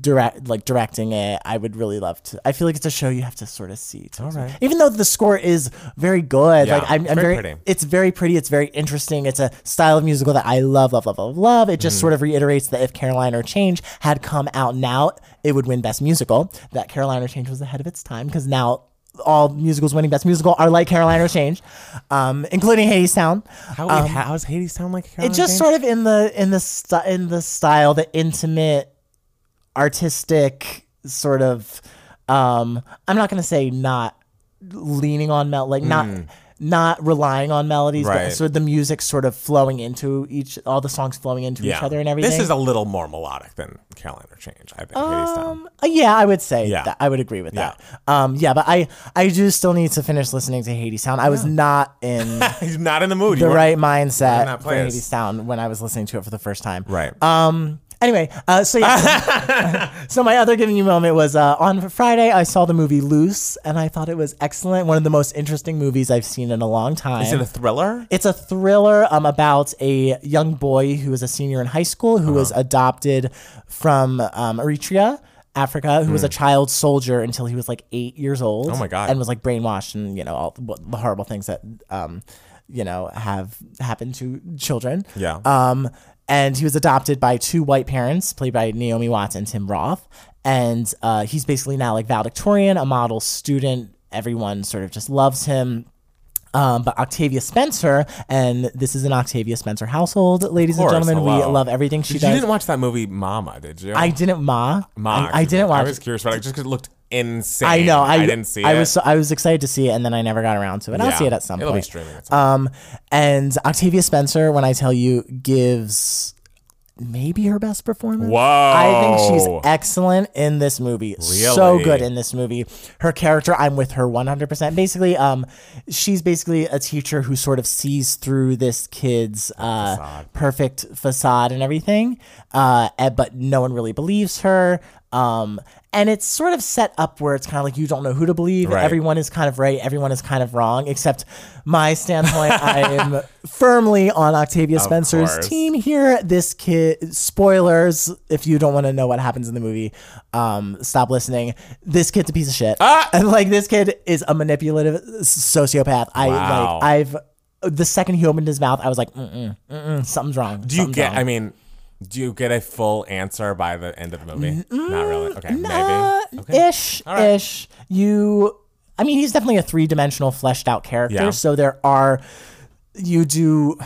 [SPEAKER 1] direct like directing it. I would really love to. I feel like it's a show you have to sort of see. All right. Even though the score is very good,
[SPEAKER 2] Yeah,
[SPEAKER 1] like I'm,
[SPEAKER 2] it's
[SPEAKER 1] I'm
[SPEAKER 2] very
[SPEAKER 1] very,
[SPEAKER 2] pretty.
[SPEAKER 1] it's very pretty. It's very interesting. It's a style of musical that I love, love, love, love, love. It just
[SPEAKER 2] Mm.
[SPEAKER 1] sort of reiterates that if Caroline or Change had come out now, it would win Best Musical. That Caroline or Change was ahead of its time because now all musicals winning Best Musical are like Caroline or Change, um, including Hades Town.
[SPEAKER 2] how, um, how does Hades sound like?
[SPEAKER 1] It just sort of in the in the st- in the style, the intimate, artistic sort of. Um, I'm not gonna say not leaning on mel like not not relying on melodies,
[SPEAKER 2] Mm. Right.
[SPEAKER 1] but sort of the music sort of flowing into each, all the songs flowing into each other and everything.
[SPEAKER 2] This is a little more melodic than Carolina Change, I think. Hades Town.
[SPEAKER 1] Um, uh, yeah, I would say
[SPEAKER 2] Yeah.
[SPEAKER 1] that. I would agree with that. Um, yeah, but I I do still need to finish listening to Hades Sound. I was not in
[SPEAKER 2] He's not in the mood. You
[SPEAKER 1] the
[SPEAKER 2] weren't-
[SPEAKER 1] right
[SPEAKER 2] in
[SPEAKER 1] mindset
[SPEAKER 2] that
[SPEAKER 1] for
[SPEAKER 2] place.
[SPEAKER 1] Hades Sound when I was listening to it for the first time.
[SPEAKER 2] Right.
[SPEAKER 1] Anyway, uh, so yeah. so my other giving you moment was uh, on Friday. I saw the movie Loose, and I thought it was excellent. One of the most interesting movies I've seen in a long time.
[SPEAKER 2] is it a thriller?
[SPEAKER 1] It's a thriller um, about a young boy who is a senior in high school
[SPEAKER 2] Uh-huh.
[SPEAKER 1] who was adopted from um, Eritrea, Africa, who was a child soldier until he was like eight years old. Oh
[SPEAKER 2] Hmm. my God.
[SPEAKER 1] And was like brainwashed and you know all the, the horrible things that um, you know have happened to children.
[SPEAKER 2] Yeah.
[SPEAKER 1] Um, and he was adopted by two white parents, played by Naomi Watts and Tim Roth. And uh, he's basically now like valedictorian, a model student. Everyone sort of just loves him. Um, but Octavia Spencer, and this is an Octavia Spencer household, ladies
[SPEAKER 2] Of course,
[SPEAKER 1] and gentlemen.
[SPEAKER 2] hello.
[SPEAKER 1] We love everything she
[SPEAKER 2] Did-
[SPEAKER 1] does.
[SPEAKER 2] You didn't watch that movie Mama, did you?
[SPEAKER 1] I didn't ma.
[SPEAKER 2] Ma,
[SPEAKER 1] I, I
[SPEAKER 2] excuse me.
[SPEAKER 1] didn't watch.
[SPEAKER 2] I was curious about it just because it looked insane.
[SPEAKER 1] I know. I,
[SPEAKER 2] didn't see
[SPEAKER 1] I
[SPEAKER 2] it.
[SPEAKER 1] was so, I was excited to see it, and then I never got around to it. I'll
[SPEAKER 2] Yeah.
[SPEAKER 1] see it at some
[SPEAKER 2] It'll be
[SPEAKER 1] point.
[SPEAKER 2] streaming at some
[SPEAKER 1] Um, and Octavia Spencer, when I tell you, gives maybe her best performance. Um,
[SPEAKER 2] Whoa.
[SPEAKER 1] I think she's excellent in this movie. So
[SPEAKER 2] Really?
[SPEAKER 1] good in this movie. Her character, I'm with her 100%. Basically, um, she's basically a teacher who sort of sees through this kid's uh, perfect facade and everything, uh, and- but no one really believes her. Um, and it's sort of set up where it's kind of like you don't know who to believe.
[SPEAKER 2] Right.
[SPEAKER 1] Everyone is kind of right. Everyone is kind of wrong. Except my standpoint, I am firmly on Octavia Spencer's
[SPEAKER 2] course.
[SPEAKER 1] team here. This kid, spoilers, if you don't want to know what happens in the movie, um, stop listening. This kid's a piece of shit.
[SPEAKER 2] Ah!
[SPEAKER 1] And like this kid is a manipulative sociopath. I
[SPEAKER 2] Wow.
[SPEAKER 1] like I've the second he opened his mouth, I was like, mm-mm, mm-mm, something's wrong.
[SPEAKER 2] Do you get? I mean, do you get a full answer by the end of the movie? Not
[SPEAKER 1] mm,
[SPEAKER 2] really. Okay, maybe. Okay.
[SPEAKER 1] Uh, ish, ish. You, I mean, he's definitely a three dimensional fleshed out character.
[SPEAKER 2] Yeah.
[SPEAKER 1] So there are, you do,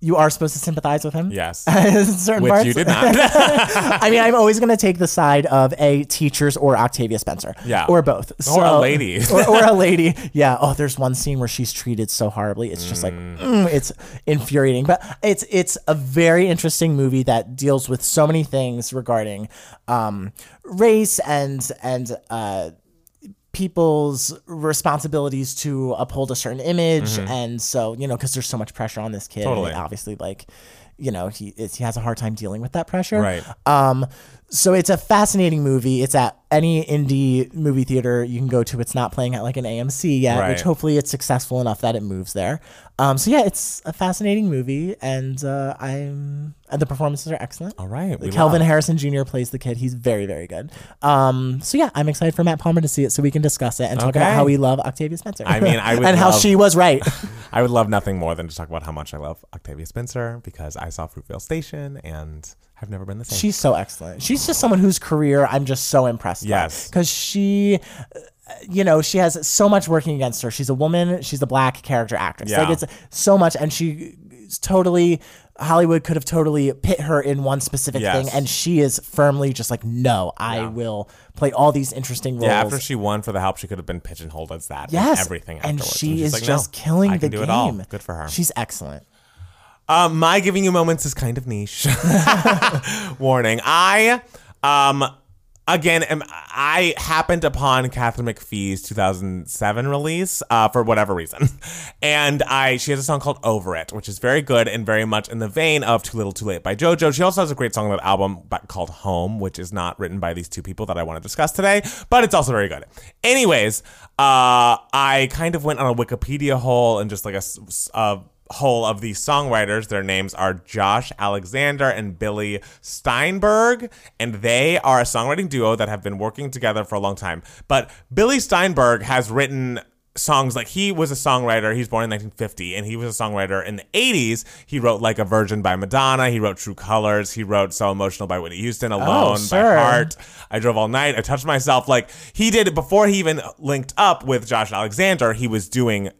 [SPEAKER 1] you are supposed to sympathize with him.
[SPEAKER 2] Yes.
[SPEAKER 1] in certain
[SPEAKER 2] Which
[SPEAKER 1] parts.
[SPEAKER 2] you did not.
[SPEAKER 1] I mean, I'm always going to take the side of a teachers or Octavia Spencer.
[SPEAKER 2] Yeah.
[SPEAKER 1] Or both.
[SPEAKER 2] Or a
[SPEAKER 1] So-
[SPEAKER 2] lady.
[SPEAKER 1] or, or a lady. Yeah. Oh, there's one scene where she's treated so horribly. It's just like, mm, it's infuriating. But it's it's a very interesting movie that deals with so many things regarding um, race and, and, uh, people's responsibilities to uphold a certain image and so you know because there's so much pressure on this kid and
[SPEAKER 2] Mm-hmm. Totally.
[SPEAKER 1] obviously like you know he is, he has a hard time dealing with that pressure
[SPEAKER 2] Right.
[SPEAKER 1] um so it's a fascinating movie it's at any indie movie theater you can go to it's not playing at like an amc yet
[SPEAKER 2] Right.
[SPEAKER 1] which hopefully it's successful enough that it moves there um so yeah it's a fascinating movie and uh i'm and the performances are excellent
[SPEAKER 2] All right. We
[SPEAKER 1] Kelvin
[SPEAKER 2] love-
[SPEAKER 1] Harrison Jr. plays the kid. He's very, very good. Um, so yeah, I'm excited for Matt Palmer to see it so we can discuss it and talk
[SPEAKER 2] Okay.
[SPEAKER 1] about how we love Octavia Spencer.
[SPEAKER 2] I mean, I would
[SPEAKER 1] and how
[SPEAKER 2] love-
[SPEAKER 1] she was right.
[SPEAKER 2] I would love nothing more than to talk about how much I love Octavia Spencer because I saw Fruitvale Station and I've never been the same.
[SPEAKER 1] She's so excellent. She's just someone whose career I'm just so impressed.
[SPEAKER 2] Yes.
[SPEAKER 1] because she, uh, you know, she has so much working against her. She's a woman. She's a black character actress.
[SPEAKER 2] Yeah.
[SPEAKER 1] Like it's so much, and she uh, totally Hollywood could have totally pit her in one specific
[SPEAKER 2] Yes.
[SPEAKER 1] thing, and she is firmly just like, no, I will play all these interesting roles.
[SPEAKER 2] Yeah, after she won for the help, she could have been pigeonholed as that.
[SPEAKER 1] yes,
[SPEAKER 2] and everything.
[SPEAKER 1] and
[SPEAKER 2] afterwards.
[SPEAKER 1] she
[SPEAKER 2] she's
[SPEAKER 1] is
[SPEAKER 2] like, no,
[SPEAKER 1] just killing
[SPEAKER 2] I
[SPEAKER 1] the
[SPEAKER 2] can do
[SPEAKER 1] game.
[SPEAKER 2] It all. Good for her.
[SPEAKER 1] She's excellent.
[SPEAKER 2] Um, my giving you moments is kind of niche. Warning. I, um, again, am, I happened upon Catherine McPhee's 2007 release uh, for whatever reason, and I she has a song called "Over It," which is very good and very much in the vein of "Too Little, Too Late" by JoJo. She also has a great song on that album but called "Home," which is not written by these two people that I want to discuss today, but it's also very good. Anyways, uh, I kind of went on a Wikipedia hole and just like a s- s- uh, a whole of these songwriters. Their names are Josh Alexander and Billy Steinberg, and they are a songwriting duo that have been working together for a long time. But Billy Steinberg has written songs like he was a songwriter he was born in 1950 and he was a songwriter in the 80s he wrote like a virgin by madonna he wrote true colors he wrote so emotional by whitney houston alone
[SPEAKER 1] sure.
[SPEAKER 2] by heart I drove all night. I touched myself. Like he did it before he even linked up with Josh Alexander. He was doing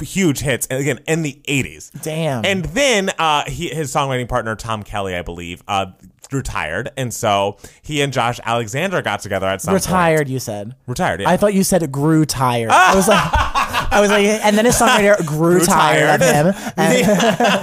[SPEAKER 2] huge hits and again in the 80s
[SPEAKER 1] Damn.
[SPEAKER 2] and then uh he, his songwriting partner tom kelly i believe uh retired and so he and josh alexander got together at some
[SPEAKER 1] Retired, you said.
[SPEAKER 2] point. retired yeah.
[SPEAKER 1] I thought you said it grew tired. I was like, I was like, and then his songwriter grew,
[SPEAKER 2] Grew
[SPEAKER 1] tired.
[SPEAKER 2] tired.
[SPEAKER 1] of him. And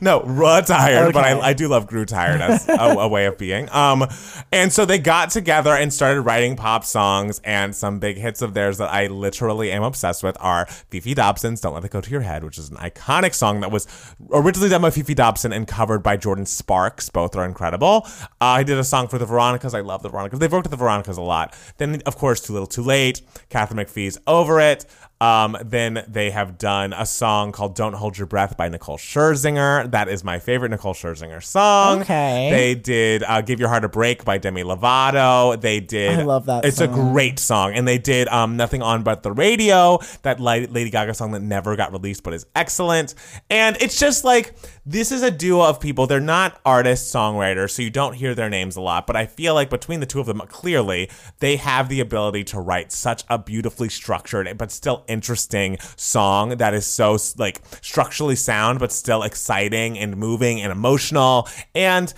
[SPEAKER 2] no, raw tired, but I,
[SPEAKER 1] Okay.
[SPEAKER 2] I do love grew tired as a, a way of being. Um, and so they got together and started writing pop songs, and some big hits of theirs that I literally am obsessed with are Fifi Dobson's "Don't Let It Go to Your Head," which is an iconic song that was originally done by Fifi Dobson and covered by Jordan Sparks. Both are incredible. Uh, I did a song for the Veronicas. I love the Veronicas. They've worked with the Veronicas a lot. Then, of course, "Too Little, Too Late," Catherine McPhee's "Over It." Um, then they have done a song called "Don't Hold Your Breath" by Nicole Scherzinger. That is my favorite Nicole Scherzinger song.
[SPEAKER 1] Okay.
[SPEAKER 2] They did uh, "Give Your Heart a Break" by Demi Lovato. They did.
[SPEAKER 1] I love that
[SPEAKER 2] It's a
[SPEAKER 1] song.
[SPEAKER 2] great song, and they did um, "Nothing on But the Radio," that li- Lady Gaga song that never got released but is excellent. And it's just like this is a duo of people. They're not artists, songwriters, so you don't hear their names a lot. But I feel like between the two of them, clearly they have the ability to write such a beautifully structured but still interesting song that is so like structurally sound but still exciting and moving and emotional and.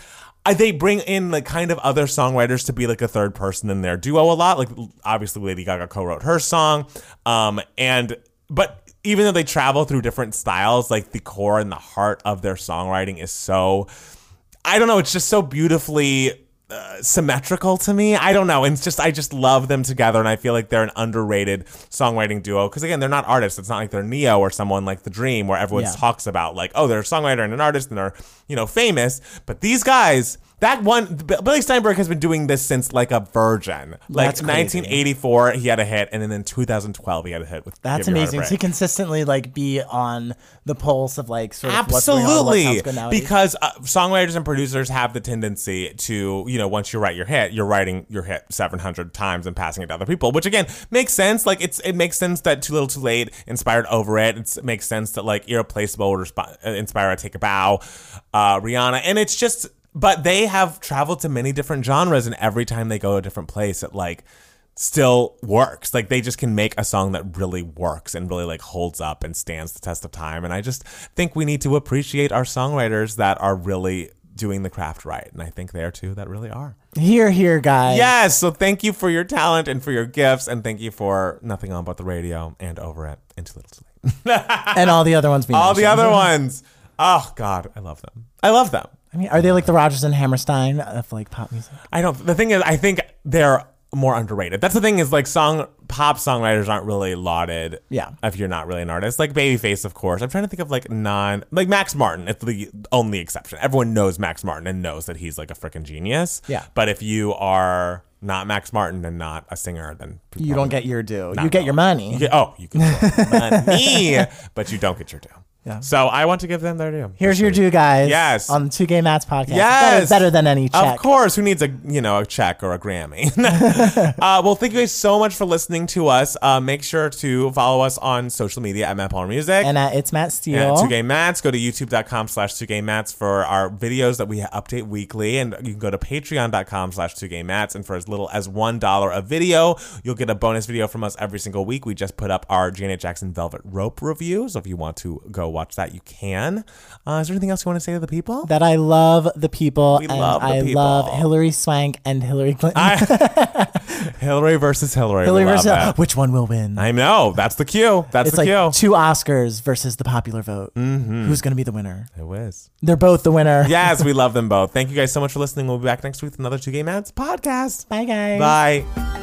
[SPEAKER 2] I, they bring in like kind of other songwriters to be like a third person in their duo a lot. Like obviously Lady Gaga co-wrote her song, um, and but even though they travel through different styles, like the core and the heart of their songwriting is so I don't know. It's just so beautifully uh, symmetrical to me. I don't know. And it's just, I just love them together. And I feel like they're an underrated songwriting duo. Because again, they're not artists. It's not like they're Neo or someone like The Dream where everyone
[SPEAKER 1] Yeah.
[SPEAKER 2] talks about, like, oh, they're a songwriter and an artist and they're, you know, famous. But these guys, that one, B- Billy Steinberg has been doing this since like a virgin. Like
[SPEAKER 1] That's crazy.
[SPEAKER 2] 1984, he had a hit. And then in 2012, he had a hit with
[SPEAKER 1] That's
[SPEAKER 2] Give Your Heart a
[SPEAKER 1] amazing to
[SPEAKER 2] Break.
[SPEAKER 1] consistently like be on the pulse of like sort of what's going on, what
[SPEAKER 2] Absolutely,
[SPEAKER 1] sounds good nowadays.
[SPEAKER 2] because uh, songwriters and producers have the tendency to, you know, once you write your hit, you're writing your hit 700 times and passing it to other people, which again makes sense. Like it's it makes sense that Too Little Too Late inspired Over It. It's, it makes sense that like Irreplaceable would resp- uh, inspire I Take a Bow, uh, Rihanna, and it's just. But they have traveled to many different genres, and every time they go a different place, it like still works. Like they just can make a song that really works and really like holds up and stands the test of time. And I just think we need to appreciate our songwriters that are really doing the craft right. And I think they are two that really are.
[SPEAKER 1] here, here, guys.
[SPEAKER 2] Yes. So thank you for your talent and for your gifts. And thank you for nothing on but the radio and over it and too little too late.
[SPEAKER 1] and all the other ones. we
[SPEAKER 2] All the
[SPEAKER 1] mentioned.
[SPEAKER 2] other ones. Oh God, I love them. I love them.
[SPEAKER 1] I mean, are they like the Rogers and Hammerstein of like pop music?
[SPEAKER 2] I don't. The thing is, I think they're more underrated. That's the thing is, like song pop songwriters aren't really lauded.
[SPEAKER 1] Yeah.
[SPEAKER 2] if you're not really an artist, like Babyface, of course. I'm trying to think of like non, like Max Martin. It's the only exception. Everyone knows Max Martin and knows that he's like a freaking genius.
[SPEAKER 1] Yeah.
[SPEAKER 2] but if you are not Max Martin and not a singer, then people
[SPEAKER 1] You don't
[SPEAKER 2] probably-
[SPEAKER 1] get your due.
[SPEAKER 2] Not
[SPEAKER 1] you get
[SPEAKER 2] at
[SPEAKER 1] your
[SPEAKER 2] all.
[SPEAKER 1] money.
[SPEAKER 2] You get- oh, you get money, but you don't get your due.
[SPEAKER 1] Yeah.
[SPEAKER 2] So I want to give them their due.
[SPEAKER 1] Here's your due, guys.
[SPEAKER 2] Yes.
[SPEAKER 1] On the Two Gay Mats podcast. Better,
[SPEAKER 2] Yes,
[SPEAKER 1] better than any check.
[SPEAKER 2] Of course, who needs a you know a check or a Grammy? uh, well, thank you guys so much for listening to us. Uh, make sure to follow us on social media at Matt Palmer Music.
[SPEAKER 1] And uh, it's Matt
[SPEAKER 2] and
[SPEAKER 1] Steele.
[SPEAKER 2] at 2Gay Mats, go to youtube.com slash 2Gay Mats for our videos that we update weekly. And you can go to patreon.com slash 2Gay Mats. And for as little as $1 a video, you'll get a bonus video from us every single week. We just put up our Janet Jackson Velvet Rope review. So if you want to go watch that, you can. Uh, is there anything else you want to say to the people?
[SPEAKER 1] That I love the people
[SPEAKER 2] We
[SPEAKER 1] and
[SPEAKER 2] love the
[SPEAKER 1] I
[SPEAKER 2] people.
[SPEAKER 1] love Hillary Swank and Hillary Clinton.
[SPEAKER 2] Hillary versus Hillary.
[SPEAKER 1] Hillary
[SPEAKER 2] We love
[SPEAKER 1] versus
[SPEAKER 2] it.
[SPEAKER 1] which one will win?
[SPEAKER 2] I know. That's the cue. That's
[SPEAKER 1] it's
[SPEAKER 2] the
[SPEAKER 1] like
[SPEAKER 2] cue.
[SPEAKER 1] two Oscars versus the popular vote. Mm-hmm. Who's going to be the winner?
[SPEAKER 2] it was.
[SPEAKER 1] They're both the winner.
[SPEAKER 2] Yes, we love them both. Thank you guys so much for listening. We'll be back next week with another Two Gay Mads podcast.
[SPEAKER 1] Bye guys.
[SPEAKER 2] Bye.
[SPEAKER 3] I